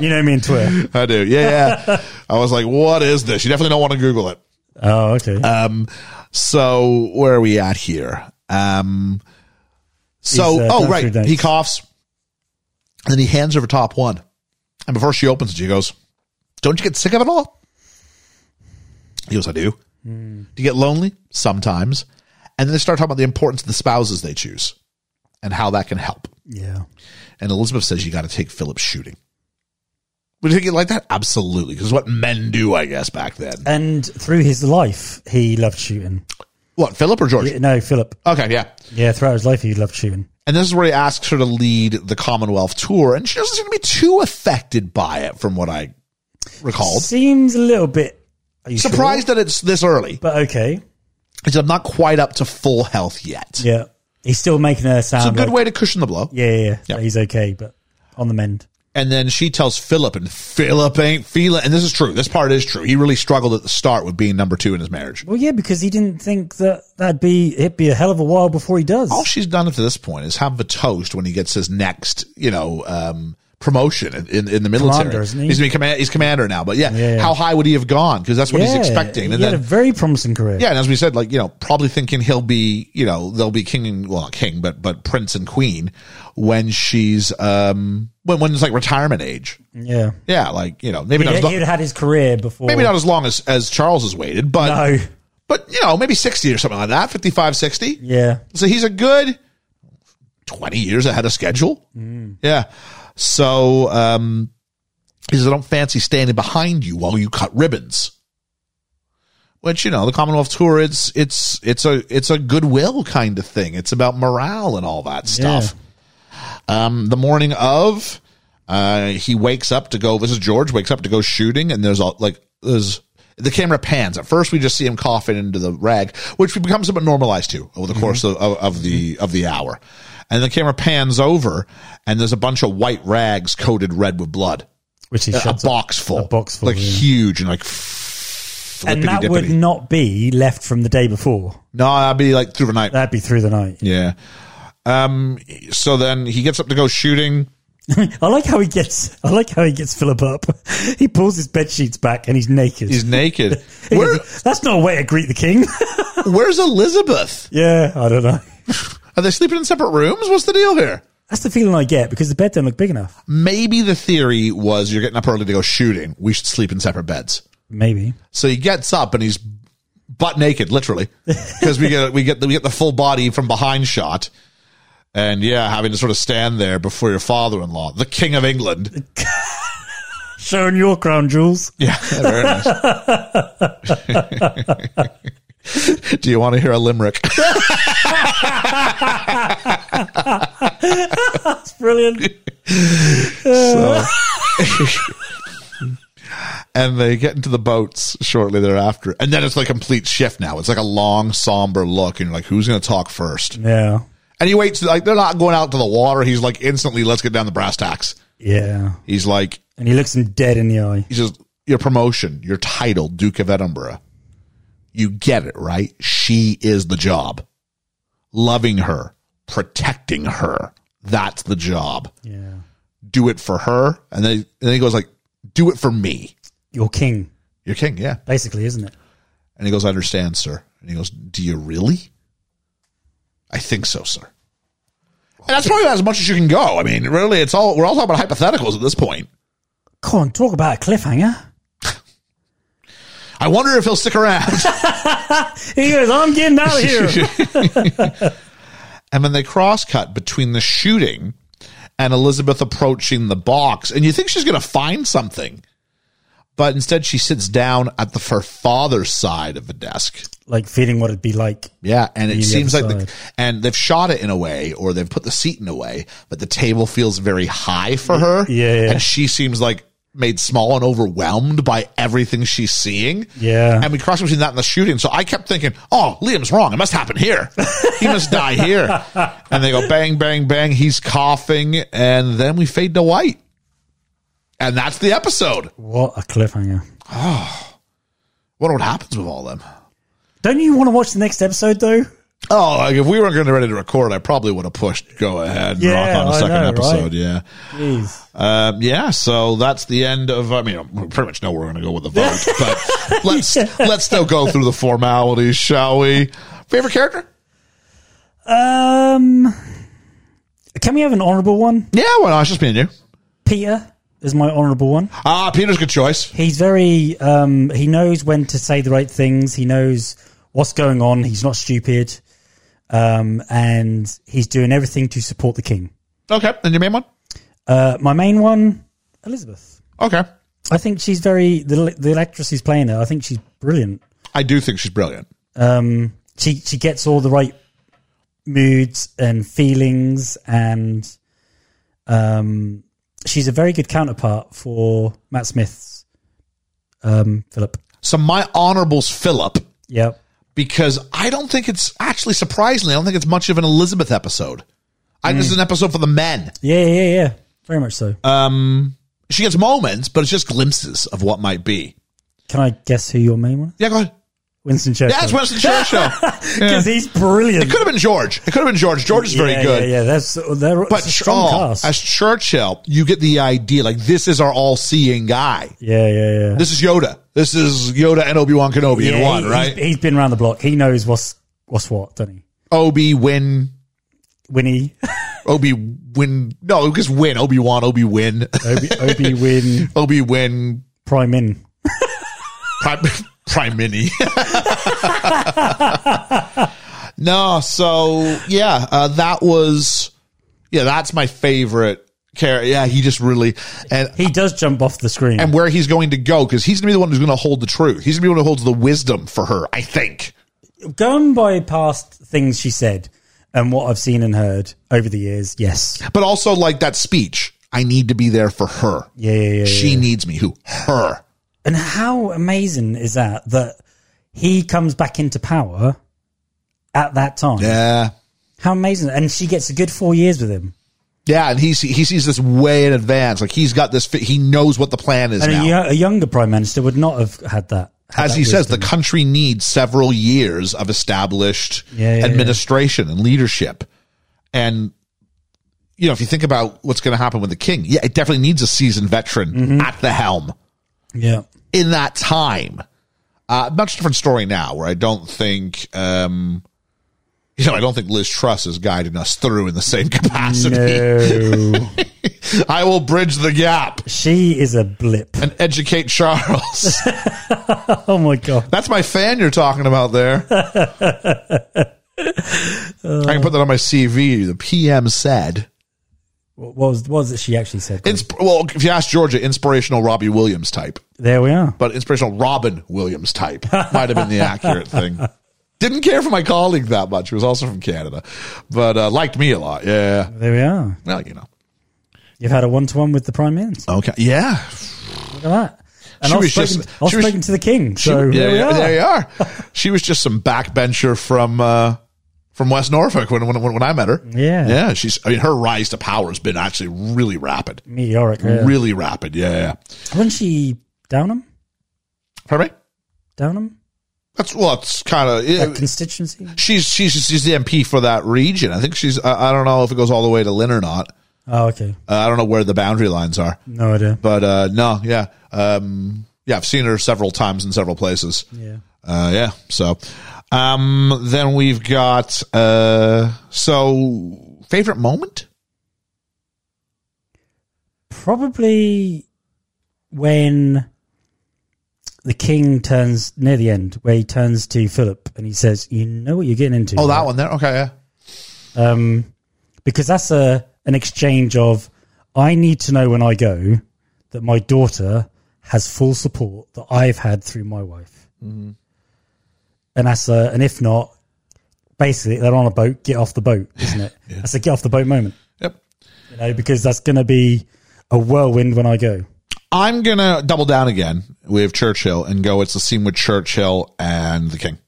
you know me and Twitter. I do. Yeah, yeah. I was like, what is this? You definitely don't want to Google it. Oh, okay. Um, so where are we at here? Um, so He's, oh uh, gone through right, dates. he coughs, and then he hands her top one, and before she opens it, she goes, "Don't you get sick of it all?" He goes, "I do." Hmm. Do you get lonely sometimes? And then they start talking about the importance of the spouses they choose and how that can help. yeah. And Elizabeth says you got to take Philip's shooting. Would you think it like that? Absolutely, because what men do, I guess, back then. And through his life, he loved shooting. What Philip or George? No, Philip. Okay, yeah. Yeah, throughout his life, he loved shooting. And this is where he asks her to lead the Commonwealth tour, and she doesn't seem to be too affected by it, from what I recalled. Seems a little bit. Are you Surprised that it's this early. sure? But okay. He said, I'm not quite up to full health yet. Yeah. He's still making her sound. It's a good like, way to cushion the blow. Yeah, yeah, yeah. That He's okay, but on the mend. And then she tells Philip, and Philip ain't feeling. And this is true. This part is true. He really struggled at the start with being number two in his marriage. Well, yeah, because he didn't think that that'd be it'd be a hell of a while before he does. All she's done up to this point is have the toast when he gets his next, you know, um, promotion in, in, in the military. Commander, isn't he? He's, gonna be command, he's commander now, but yeah, Yeah. how high would he have gone? Because that's what yeah, he's expecting. He And had then a very promising career. Yeah, and as we said, like you know, probably thinking he'll be, you know, they'll be king and well, not king, but but prince and queen when she's um when when it's like retirement age. yeah. Yeah, like you know, maybe He'd, not as he'd long, had his career before. maybe not as long as as Charles has waited, but No. but you know, maybe 60 or something like that, 55, 60. Yeah. So he's a good 20 years ahead of schedule. Yeah. So um, he says, I don't fancy standing behind you while you cut ribbons. Which you know, the Commonwealth tour, it's it's it's a it's a goodwill kind of thing. It's about morale and all that stuff. Um, the morning of, uh, he wakes up to go. This is George wakes up to go shooting, and there's all like there's the camera pans. At first, we just see him coughing into the rag, which becomes somewhat normalized to over the course of, of, of the of the hour, and the camera pans over, and there's a bunch of white rags coated red with blood, Which he a shuts up. box full, a box full, like yeah. huge and like. And that would flippity-dippity. not be left from the day before. no, I'd be like through the night. That'd be through the night. Yeah. Um. So then he gets up to go shooting. I like how he gets. I like how he gets Philip up. He pulls his bed sheets back and he's naked. He's naked. He Where, goes, That's not a way to greet the king. where's Elizabeth? yeah, I don't know. Are they sleeping in separate rooms? What's the deal here? That's the feeling I get because the bed don't look big enough. Maybe the theory was you're getting up early to go shooting. We should sleep in separate beds. Maybe. So he gets up and he's butt naked, literally, because we get we get the, we get the full body from behind shot. And yeah, having to sort of stand there before your father-in-law, the King of England. Showing your crown jewels. Yeah, very nice. Do you want to hear a limerick? That's brilliant. So- and they get into the boats shortly thereafter. And then it's like a complete shift now. It's like a long, somber look. And you're like, who's going to talk first? Yeah. And he waits, like, they're not going out to the water. He's like, instantly, let's get down the brass tacks. Yeah. He's like, And he looks him dead in the eye. he says, your promotion, your title, Duke of Edinburgh. You get it, right? She is the job. Loving her, protecting her. That's the job. Yeah. Do it for her. And then, and then he goes like, do it for me. Your king, You're king, yeah. basically, isn't it? And he goes, I understand, sir. And he goes, Do you really? I think so, sir. And that's probably about as much as you can go. I mean, really, it's all we're all talking about hypotheticals at this point. Come on, talk about a cliffhanger. I wonder if he'll stick around. He goes, I'm getting out of here. and then they cross cut between the shooting and Elizabeth approaching the box, and you think she's going to find something, but instead she sits down at the her father's side of the desk. like feeling what it'd be like. Yeah, and it the seems other like, the, side. and they've shot it in a way, or they've put the seat in a way, but the table feels very high for her. Yeah, yeah. and she seems like made small and overwhelmed by everything she's seeing. Yeah. and we crossed between that and the shooting, so I kept thinking, "Oh, Liam's wrong. It must happen here. He must die here." And they go bang, bang, bang. He's coughing, and then we fade to white, and that's the episode. What a cliffhanger. Wonder what happens with all them. Don't you want to watch the next episode though? Oh, like if we weren't going to ready to record, I probably would have pushed go ahead and rock Yeah, on the I second know, episode. right? Yeah. Jeez. Um, yeah. So that's the end of, I mean, we pretty much know where we're going to go with the vote, but let's, let's still go through the formalities, shall we? Favorite character? Um, can we have an honourable one? Yeah. Well, no, it's just me and you. Peter is my honourable one. Ah, Peter's a good choice. He's very. Um, he knows when to say the right things. He knows what's going on. He's not stupid, um, and he's doing everything to support the king. Okay. And your main one? Uh, my main one, Elizabeth. Okay. I think she's very the the actress who's playing her. I think she's brilliant. I do think she's brilliant. um, she she gets all the right moods and feelings, and um, she's a very good counterpart for Matt Smith's um, Philip. So my honorable's Philip. Yep. because I don't think it's actually surprisingly, I don't think it's much of an Elizabeth episode. I Mm. think this is an episode for the men. Yeah, yeah, yeah. Very much so. She gets moments, but it's just glimpses of what might be. Can I guess who your main one? is? Yeah, go ahead. Winston Churchill. Yeah, it's Winston Churchill. because he's brilliant. Could have been George. It could have been George. George is very yeah, good. Yeah, yeah. That's uh, they're But oh, it's a strong Shaw, cast. as Churchill, you get the idea. Like this is our all-seeing guy. yeah, yeah, yeah. This is Yoda. This is Yoda and Obi Wan Kenobi yeah, in one, he- right? He's, he's been around the block. He knows what's what's what, doesn't he? Obi Win. Winnie, Obi Win. No, just Win. Obi Wan. Obi Win. Obi, Obi Win, Obi Win. Prime In. Prime, Prime Mini. no, so yeah, uh, that was yeah, that's my favorite character. Yeah, he just really and He does jump off the screen. and where he's going to go because he's gonna be the one who's gonna hold the truth. He's gonna be the one who holds the wisdom for her. I think. Going by past things she said and what I've seen and heard over the years, yes. But also like that speech. I need to be there for her. Yeah, yeah, yeah. She needs me. Who? Her. And how amazing is that that he comes back into power at that time? Yeah. How amazing. And she gets a good four years with him. Yeah, and he see- he sees this way in advance. Like he's got this. fi- He knows what the plan is And now. a, yo- a younger prime minister would not have had that. had As that he says, the wisdom. country needs several years of established Yeah, yeah, administration and leadership. And you know, if you think about what's going to happen with the king, yeah, it definitely needs a seasoned veteran Mm-hmm. at the helm yeah. in that time. Uh, much different story now, where I don't think, um, you know, I don't think Liz Truss is guiding us through in the same capacity. No. I will bridge the gap. she is a blip. and educate Charles. Oh my god. That's my fan you're talking about there. I can put that on my CV. The PM said, What was what was it she actually said? insp- "Well, if you ask Georgia, inspirational Robbie Williams type, there we are. but inspirational Robin Williams type might have been the accurate thing." Didn't care for my colleague that much. He was also from Canada, but uh, liked me a lot. Yeah, There we are. well, you know. You've had a one to one with the prime minister. Okay, yeah, Look at that. And She I've was spoken, just- I've she was- spoken to the king. So She- here yeah, we yeah, are. there you are. She was just some backbencher from uh, from West Norfolk when, when when I met her. Yeah. yeah. She's I mean her rise to power has been actually really rapid, Meteoric. Yeah. really rapid. Yeah, yeah. Wasn't she Downham? Pardon me. Downham? That's well. It's kind of That constituency? she's she's she's the MP for that region. I think she's. I, I don't know if it goes all the way to Lynn or not. Oh, okay. Uh, I don't know where the boundary lines are, No idea. but uh, no, yeah, um, yeah. I've seen her several times in several places. Yeah. Uh, yeah. So, um, then we've got uh, so favorite moment. Probably when the king turns near the end, where he turns to Philip and he says, You know what you're getting into. Oh, that right?" one there. Okay, yeah. Um, because that's a an exchange of I need to know when I go that my daughter has full support that I've had through my wife, Mm-hmm. and that's a and if not, basically they're on a boat. Get off the boat, isn't it? That's a get off the boat moment, Yep. you know, because that's going to be a whirlwind when I go. I'm gonna double down again with Churchill and go. It's the scene with Churchill and the King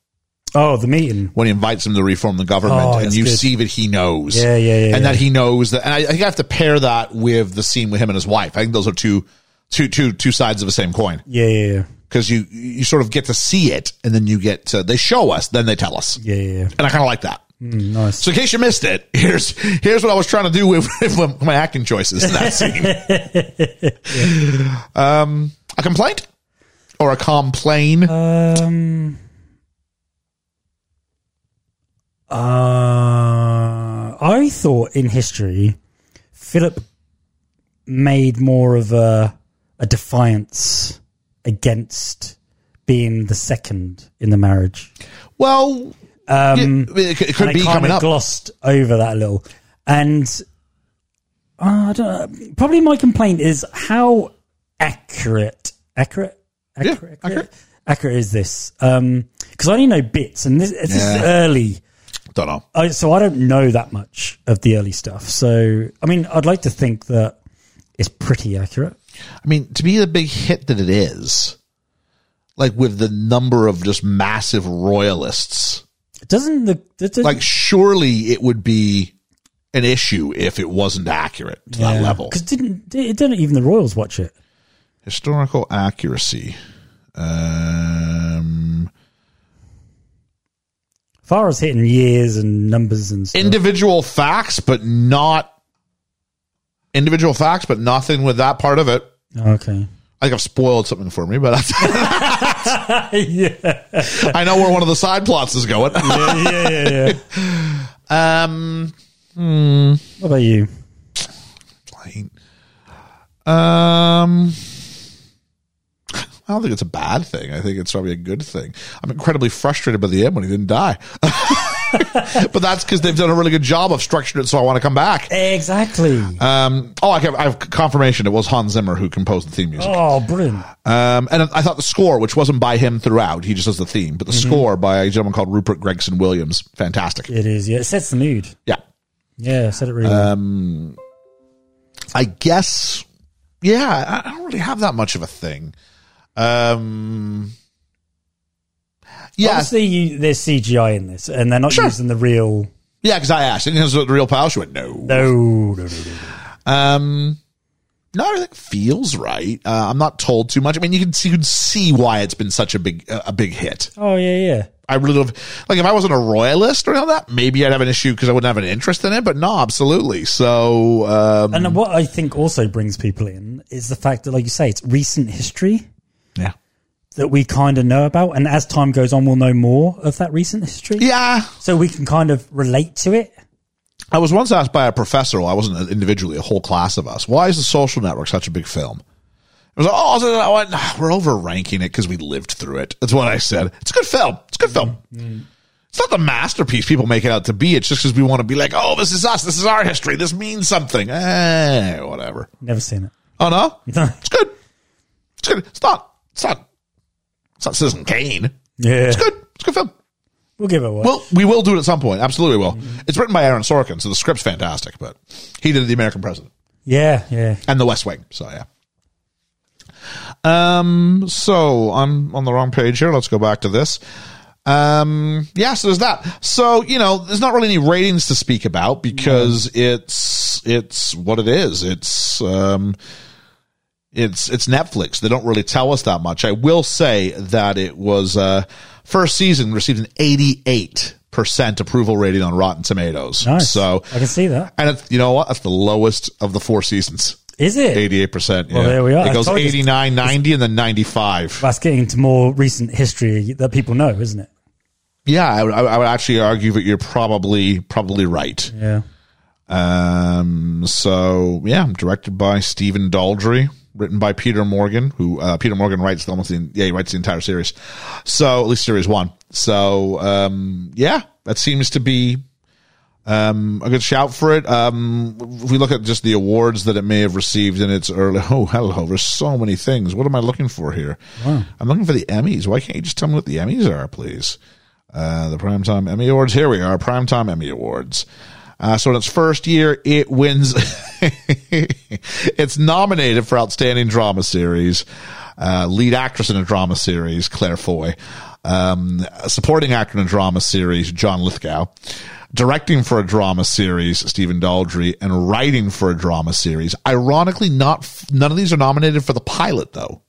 Oh, the meeting. when he invites him to reform the government, Oh, and that's you good. see that he knows. Yeah, yeah, yeah, And yeah. that he knows that. And I, I think I have to pair that with the scene with him and his wife. I think those are two, two, two, two sides of the same coin Yeah, yeah, yeah, because you you sort of get to see it, and then you get to they show us, then they tell us, yeah, yeah. yeah. and I kind of like that. Mm, nice. So in case you missed it, here's here's what I was trying to do with, with my acting choices in that scene. um, a complaint or a complain? Um. Uh, I thought in history, Philip made more of a a defiance against being the second in the marriage, well, um, yeah, it, could- it and could I be kind coming of up. glossed over that a little. And uh, I don't know, probably my complaint is how accurate, accurate, Yeah, accurate, accurate. accurate, accurate is this? Because I only know bits, and this, this is Yeah. early, Don't know. I, so I don't know that much of the early stuff. So I mean, I'd like to think that it's pretty accurate. I mean, to be the big hit that it is, like with the number of just massive royalists, Doesn't the doesn't, like surely it would be an issue if it wasn't accurate to that level. Because didn't it didn't even the royals watch it? historical accuracy. Um, Far as hitting years and numbers and stuff. individual facts, but not individual facts, but nothing with that part of it. oh, okay. I think I've spoiled something for me, but I, yeah. I know where one of the side plots is going. yeah, yeah, yeah. um, What about you? plain. um, I I don't think it's a bad thing. I think it's probably a good thing. I'm incredibly frustrated by the end when he didn't die. but that's because they've done a really good job of structuring it, so I want to come back. Exactly. Um, oh, I have, I have confirmation. It was Hans Zimmer who composed the theme music. oh, brilliant. Um, and I thought the score, which wasn't by him throughout, he just does the theme, but the score by a gentleman called Rupert Gregson Williams, fantastic. It is. Yeah, it sets the mood. Yeah. Yeah, said it really. Uh, well. I guess, yeah, I I don't really have that much of a thing. Um, yeah, Obviously, you, there's CGI in this, and they're not Sure. using the real. yeah, because I asked, and he was the real pal. She went, no. No, no, no, no. Um, no, everything feels right. Uh, I'm not told too much. I mean, you can see, you can see why it's been such a big a a big hit. Oh yeah, yeah. I really don't like if I wasn't a royalist or all that, maybe I'd have an issue because I wouldn't have an interest in it. But no, absolutely. So um, And what I think also brings people in is the fact that, like you say, it's recent history yeah, that we kind of know about, and as time goes on, we'll know more of that recent history. yeah. So we can kind of relate to it. I was once asked by a professor, well, I wasn't individually, a whole class of us, why is the social network such a big film? I was like, oh, so I went, "Nah, we're overranking it because we lived through it. That's what I said. It's a good film. It's a good film. It's not the masterpiece people make it out to be. It's just because we want to be like, oh, this is us. This is our history. This means something. Eh, whatever. Never seen it. Oh, no? No. It's good. It's good. It's not, it's not, it's not Citizen Kane. Yeah, It's good. It's a good film. we'll give it a watch. Well, we will do it at some point. Absolutely, we will. It's written by Aaron Sorkin, so the script's fantastic. But he did the American President yeah, yeah. and the West Wing. So yeah. Um. So I'm on the wrong page here. Let's go back to this. Um. Yeah. So there's that. So you know, there's not really any ratings to speak about because it's it's what it is. It's um. It's it's Netflix. They don't really tell us that much. I will say that it was uh first season received an 88 percent approval rating on Rotten Tomatoes. Nice. So I can see that. and it's, you know what? That's the lowest of the four seasons. Is it? 88%. Yeah. Well, there we are. It I goes told you. 89, 90, and then 95. That's getting into more recent history that people know, isn't it? Yeah, I would, I would actually argue that you're probably probably right. Yeah. Um, so, yeah, directed by Stephen Daldry, written by Peter Morgan, who uh, Peter Morgan writes almost the, yeah, he writes the entire series. So, at least series one. So, um, yeah, that seems to be um, a good shout for it. Um, if we look at just the awards that it may have received in its early, oh hello, there's so many things. What am I looking for here? I'm looking for the Emmys. Why can't you just tell me what the Emmys are, please? Uh, the Primetime Emmy Awards. Here we are, Primetime Emmy Awards. Uh, so in its first year, it wins. it's nominated for Outstanding Drama Series, uh, Lead Actress in a Drama Series, Claire Foy, um, Supporting Actor in a Drama Series, John Lithgow, Directing for a Drama Series, Stephen Daldry, and Writing for a Drama Series. Ironically, not f- none of these are nominated for the pilot though.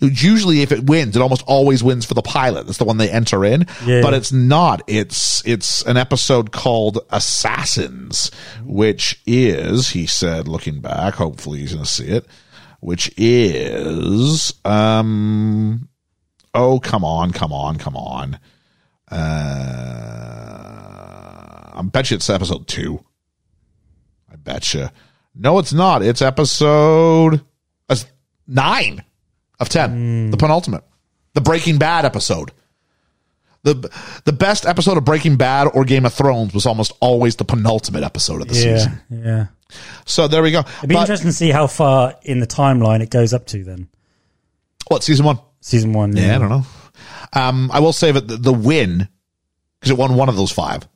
Usually, if it wins, it almost always wins for the pilot. That's the one they enter in, Yeah. but it's not. It's it's an episode called Assassins, which is he said, looking back. Hopefully, he's going to see it. Which is um oh come on come on come on uh I bet you it's episode two. I bet you. No, it's not. It's episode uh, nine of Hmm. ten, the penultimate, the Breaking Bad episode. the The best episode of Breaking Bad or Game of Thrones was almost always the penultimate episode of the Yeah. season. Yeah. So there we go. It'd be But- interesting to see how far in the timeline it goes up to then. what season one? Season one. Yeah, I don't know. Um, I will say that the, the win because it won one of those five.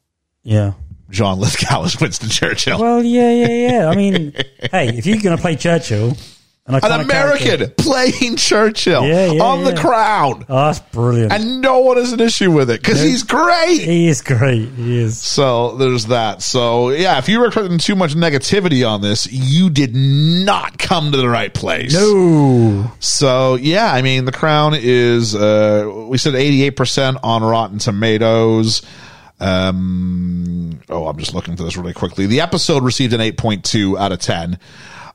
Yeah. John Lithgow is Winston Churchill. Well, yeah, yeah, yeah. I mean, hey, if you're going to play Churchill, an, an iconic character- American playing Churchill Yeah, yeah, on the yeah. crown, oh, that's brilliant. and no one has an issue with it because he's great. he is great. He is. So there's that. So yeah, if you were expecting too much negativity on this, you did not come to the right place. Ooh. So yeah, I mean, The Crown is uh, we said 88 percent on Rotten Tomatoes. Um, oh, I'm just looking for this really quickly. The episode received an 8.2 out of 10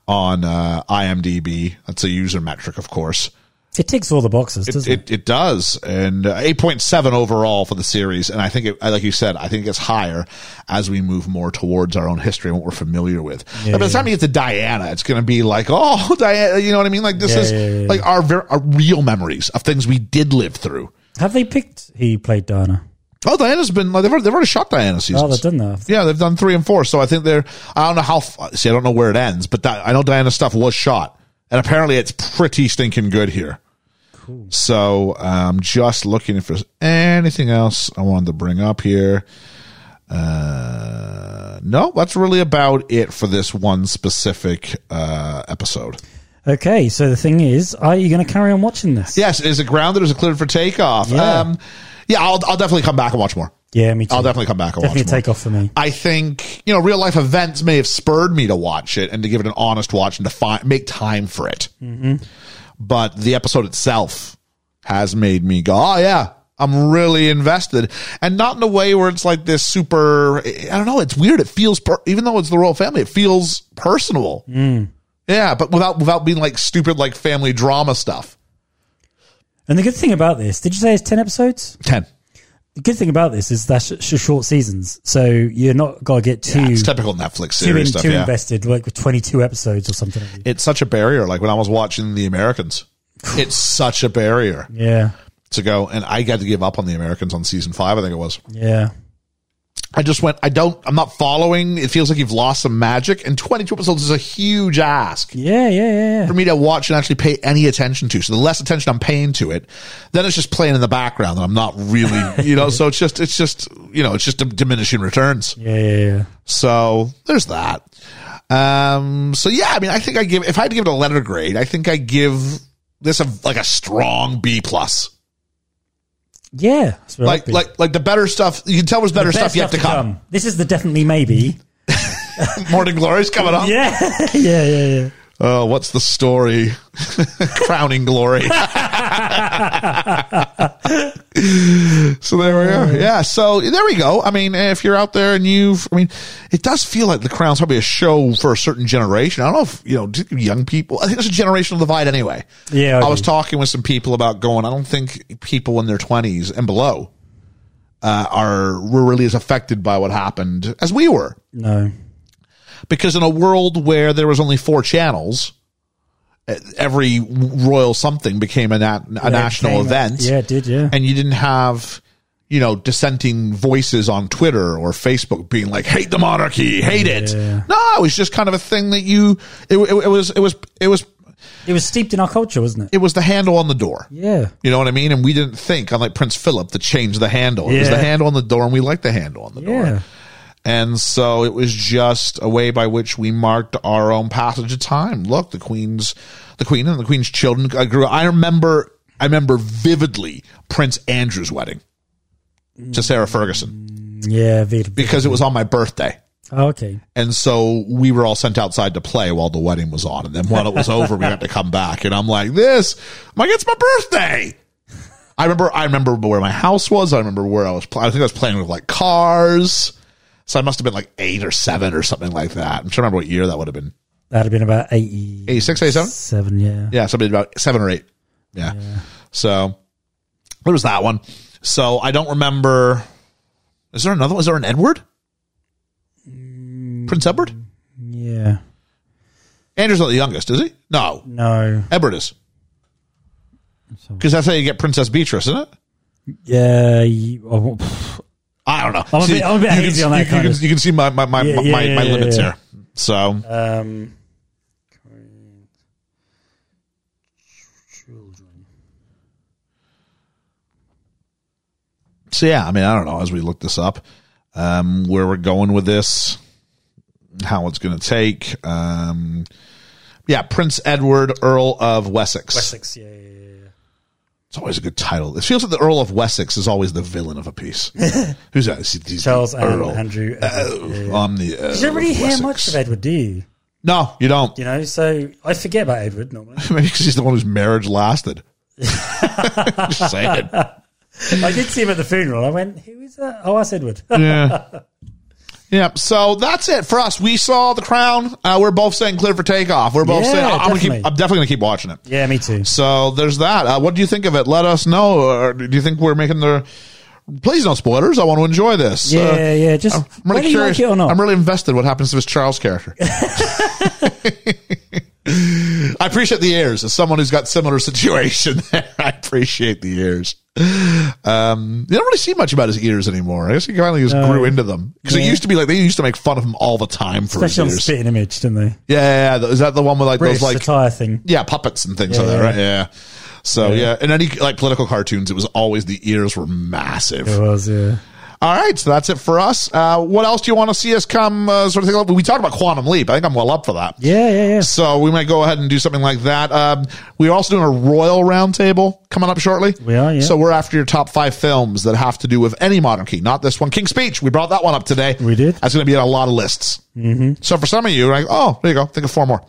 on uh, IMDb. That's a user metric, of course. It ticks all the boxes, It, doesn't it? it, it does, and uh, eight point seven overall for the series, and I think, it, uh, like you said, I think it gets higher as we move more towards our own history and what we're familiar with. But by the time you get to Diana, it's going to be like, oh, Diana, you know what I mean? Like this Yeah, is yeah, yeah. like our, ver- our real memories of things we did live through. Have they picked who played Diana? Oh, Diana's been like they've already, they've already shot Diana Oh, seasons. they've done that. yeah, they've done three and four, so I think they're. I don't know how. f- See, I don't know where it ends, but that, I know Diana's stuff was shot, and apparently it's pretty stinking good here. So I'm um, just looking if there's anything else I wanted to bring up here. Uh, no, that's really about it for this one specific uh, episode. Okay, so the thing is, are you going to carry on watching this? Yes, is it grounded? Is it cleared for takeoff? Yeah. um, yeah I'll, I'll definitely come back and watch more. Yeah, me too. I'll definitely come back and Definitely watch more. take off for me. I think you know real life events may have spurred me to watch it and to give it an honest watch and to find make time for it. Mm-hmm. But the episode itself has made me go, oh yeah, I'm really invested, and not in a way where it's like this super. I don't know. It's weird. It feels per- even though it's the royal family, it feels personal. Mm. Yeah, but without without being like stupid like family drama stuff. And the good thing about this, did you say it's 10 episodes? Ten. The good thing about this is that's sh- short seasons. So you're not going to get too, It's typical Netflix too, in, series stuff. too Yeah. invested, like with 22 episodes or something. it's such a barrier. Like when I was watching The Americans, it's such a barrier Yeah, to go. And I got to give up on The Americans on season five, I think it was. yeah. I just went, I don't, I'm not following. It feels like you've lost some magic. And 22 episodes is a huge ask Yeah, yeah, yeah, yeah. for me to watch and actually pay any attention to. So the less attention I'm paying to it, then it's just playing in the background and I'm not really, you know, so it's just, it's just, you know, it's just diminishing returns. Yeah, yeah, yeah. So there's that. Um, so yeah, I mean, I think I give if I had to give it a letter grade, I think I give this a like a strong B plus. Yeah. that's what I'd Like be. like like the better stuff. You can tell there's better Best stuff yet to come. This is the definitely maybe. Morning Glory's coming up. Yeah, yeah, yeah, yeah. Oh, what's the story? Crowning glory. so there we are. Yeah. So there we go. I mean, if you're out there and you've, I mean, it does feel like the crown's probably a show for a certain generation. I don't know if, you know, just young people, I think there's a generational divide anyway. Yeah, I, I was agree. talking with some people about going, I don't think people in their twenties and below, uh, are, were really as affected by what happened as we were No. because in a world where there was only four channels eh, every royal something became a, nat- a national Came- event Yeah, it did, yeah. and you didn't have you know dissenting voices on twitter or facebook being like hate the monarchy hate it Yeah. no it was just kind of a thing that you it, it, it was it was it was It was steeped in our culture, wasn't it? it was the handle on the door Yeah. you know what i mean and we didn't think unlike prince philip to change the handle it was the Yeah. handle on the door and we liked the handle on the door Yeah. and so it was just a way by which we marked our own passage of time. Look, the queen's, the queen and the queen's children uh, grew. I remember, I remember vividly Prince Andrew's wedding to Sarah Ferguson Yeah, Vita. because it was on my birthday. Oh, okay. And so we were all sent outside to play while the wedding was on. And then when it was over, we had to come back. And I'm like, this, I'm like, it's my birthday. I remember, I remember where my house was. I remember where I was, pl- I think I was playing with like cars. So I must have been like eight or seven or something like that. I'm trying to remember what year that would have been. That'd have been about 87, 86, 87? yeah. Yeah, something about seven or eight. Yeah. So there was that one. So I don't remember. Is there another one? Is there an Edward? Prince Edward? Yeah. Andrew's not the youngest, is he? No. No. Ebert is. Because that's how you get Princess Beatrice, isn't it? Yeah. you- I won't- pff, I don't know. I'm a bit- I'm a bit you hazy can, on that you, can- kind you of- can, you can see my my my, Yeah, yeah, my, yeah, my yeah, limits yeah. here. So Um, so yeah, I mean, I don't know. As we look this up, um, where we're going with this, how it's going to take. Um, yeah, Prince Edward, Earl of Wessex. Wessex, yeah, yeah, yeah. yeah. It's always a good title. It feels like the Earl of Wessex is always the villain of a piece. Who's that? It's the Charles and Earl. Andrew. Oh, I'm the. Earl you don't really of hear Wessex. much of Edward, do you? No, you don't. You know, so I forget about Edward normally. Maybe because he's the one whose marriage lasted. Just saying. I did see him at the funeral. I went, who is that? Oh, that's Edward. Yeah. Yep. So that's it for us. We saw The Crown. Uh, we're both saying clear for takeoff. We're both Yeah, saying I'm, gonna keep, definitely. I'm definitely going to keep watching it. Yeah, me too. So there's that. Uh, what do you think of it? Let us know. Or do you think we're making the? Please no spoilers. I want to enjoy this. Yeah, Uh, yeah. Just I'm really whether curious. you like it or not. I'm really invested. What happens to this Charles character? I appreciate the ears. As someone who's got similar situation, there, I appreciate the ears. Um, you don't really see much about his ears anymore. I guess he finally just grew into them because it Yeah. used to be like they used to make fun of him all the time for Especially on his ears. Spitting Image, didn't they? Yeah, yeah, yeah, is that the one with like British those like satire thing. yeah, puppets and things like that, yeah. right? Yeah. So yeah. in any like political cartoons, it was always the ears were massive. It was, yeah. All right, so that's it for us. Uh, what else do you want to see us come uh, sort of thing? up? We talked about Quantum Leap. I think I'm well up for that. Yeah, yeah, yeah. So we might go ahead and do something like that. Um, we're also doing a royal roundtable coming up shortly. We are, yeah. So we're after your top five films that have to do with any monarchy, not this one. King's Speech. We brought that one up today. We did. That's going to be on a lot of lists. Mm-hmm. So for some of you, like, oh, there you go. Think of four more,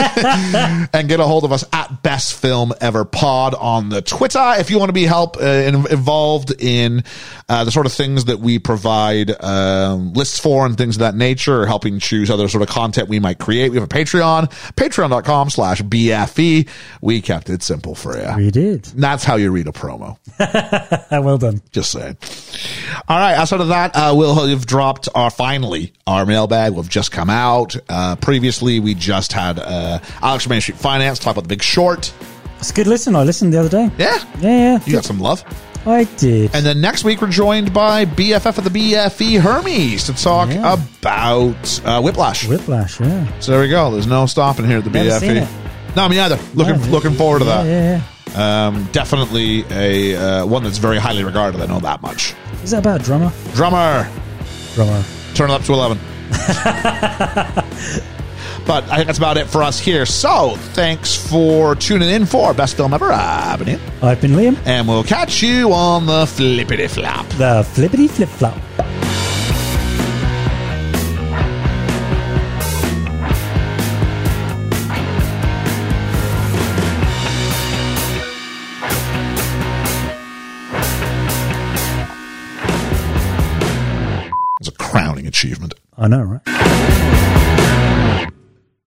and get a hold of us at Best Film Ever Pod on the Twitter if you want to be help uh, in, involved in uh, the sort of things that we provide um, lists for and things of that nature, or helping choose other sort of content we might create. We have a Patreon, Patreon.com/slash BFE. E. We kept it simple for you. We did. And that's how you read a promo. Ah, well done. Just saying. All right. Outside of that, uh, we'll have dropped our finally our mailbag. We've just come out. Uh, previously, we just had uh, Alex from Main Street Finance talk about the Big Short. It's a good listen. I listened the other day. Yeah, Yeah, you got some love. yeah. I did. And then next week, we're joined by BFF of the BFE Hermes to talk Yeah. about uh, Whiplash. Whiplash, yeah. so there we go. There's no stopping here at the Never seen it. BFE. No, me either. Looking Yeah. looking forward to Yeah, that. yeah, Um, definitely a uh, one that's very highly regarded. I know that much. yeah. Is that about a drummer? Drummer. Drummer. turn it up to 11. but I think that's about it for us here. So thanks for tuning in for Best Film Ever. I've been Ian, I've been Liam. and we'll catch you on the flippity flap. The flippity flip flop. It's a crowning achievement. I know, right?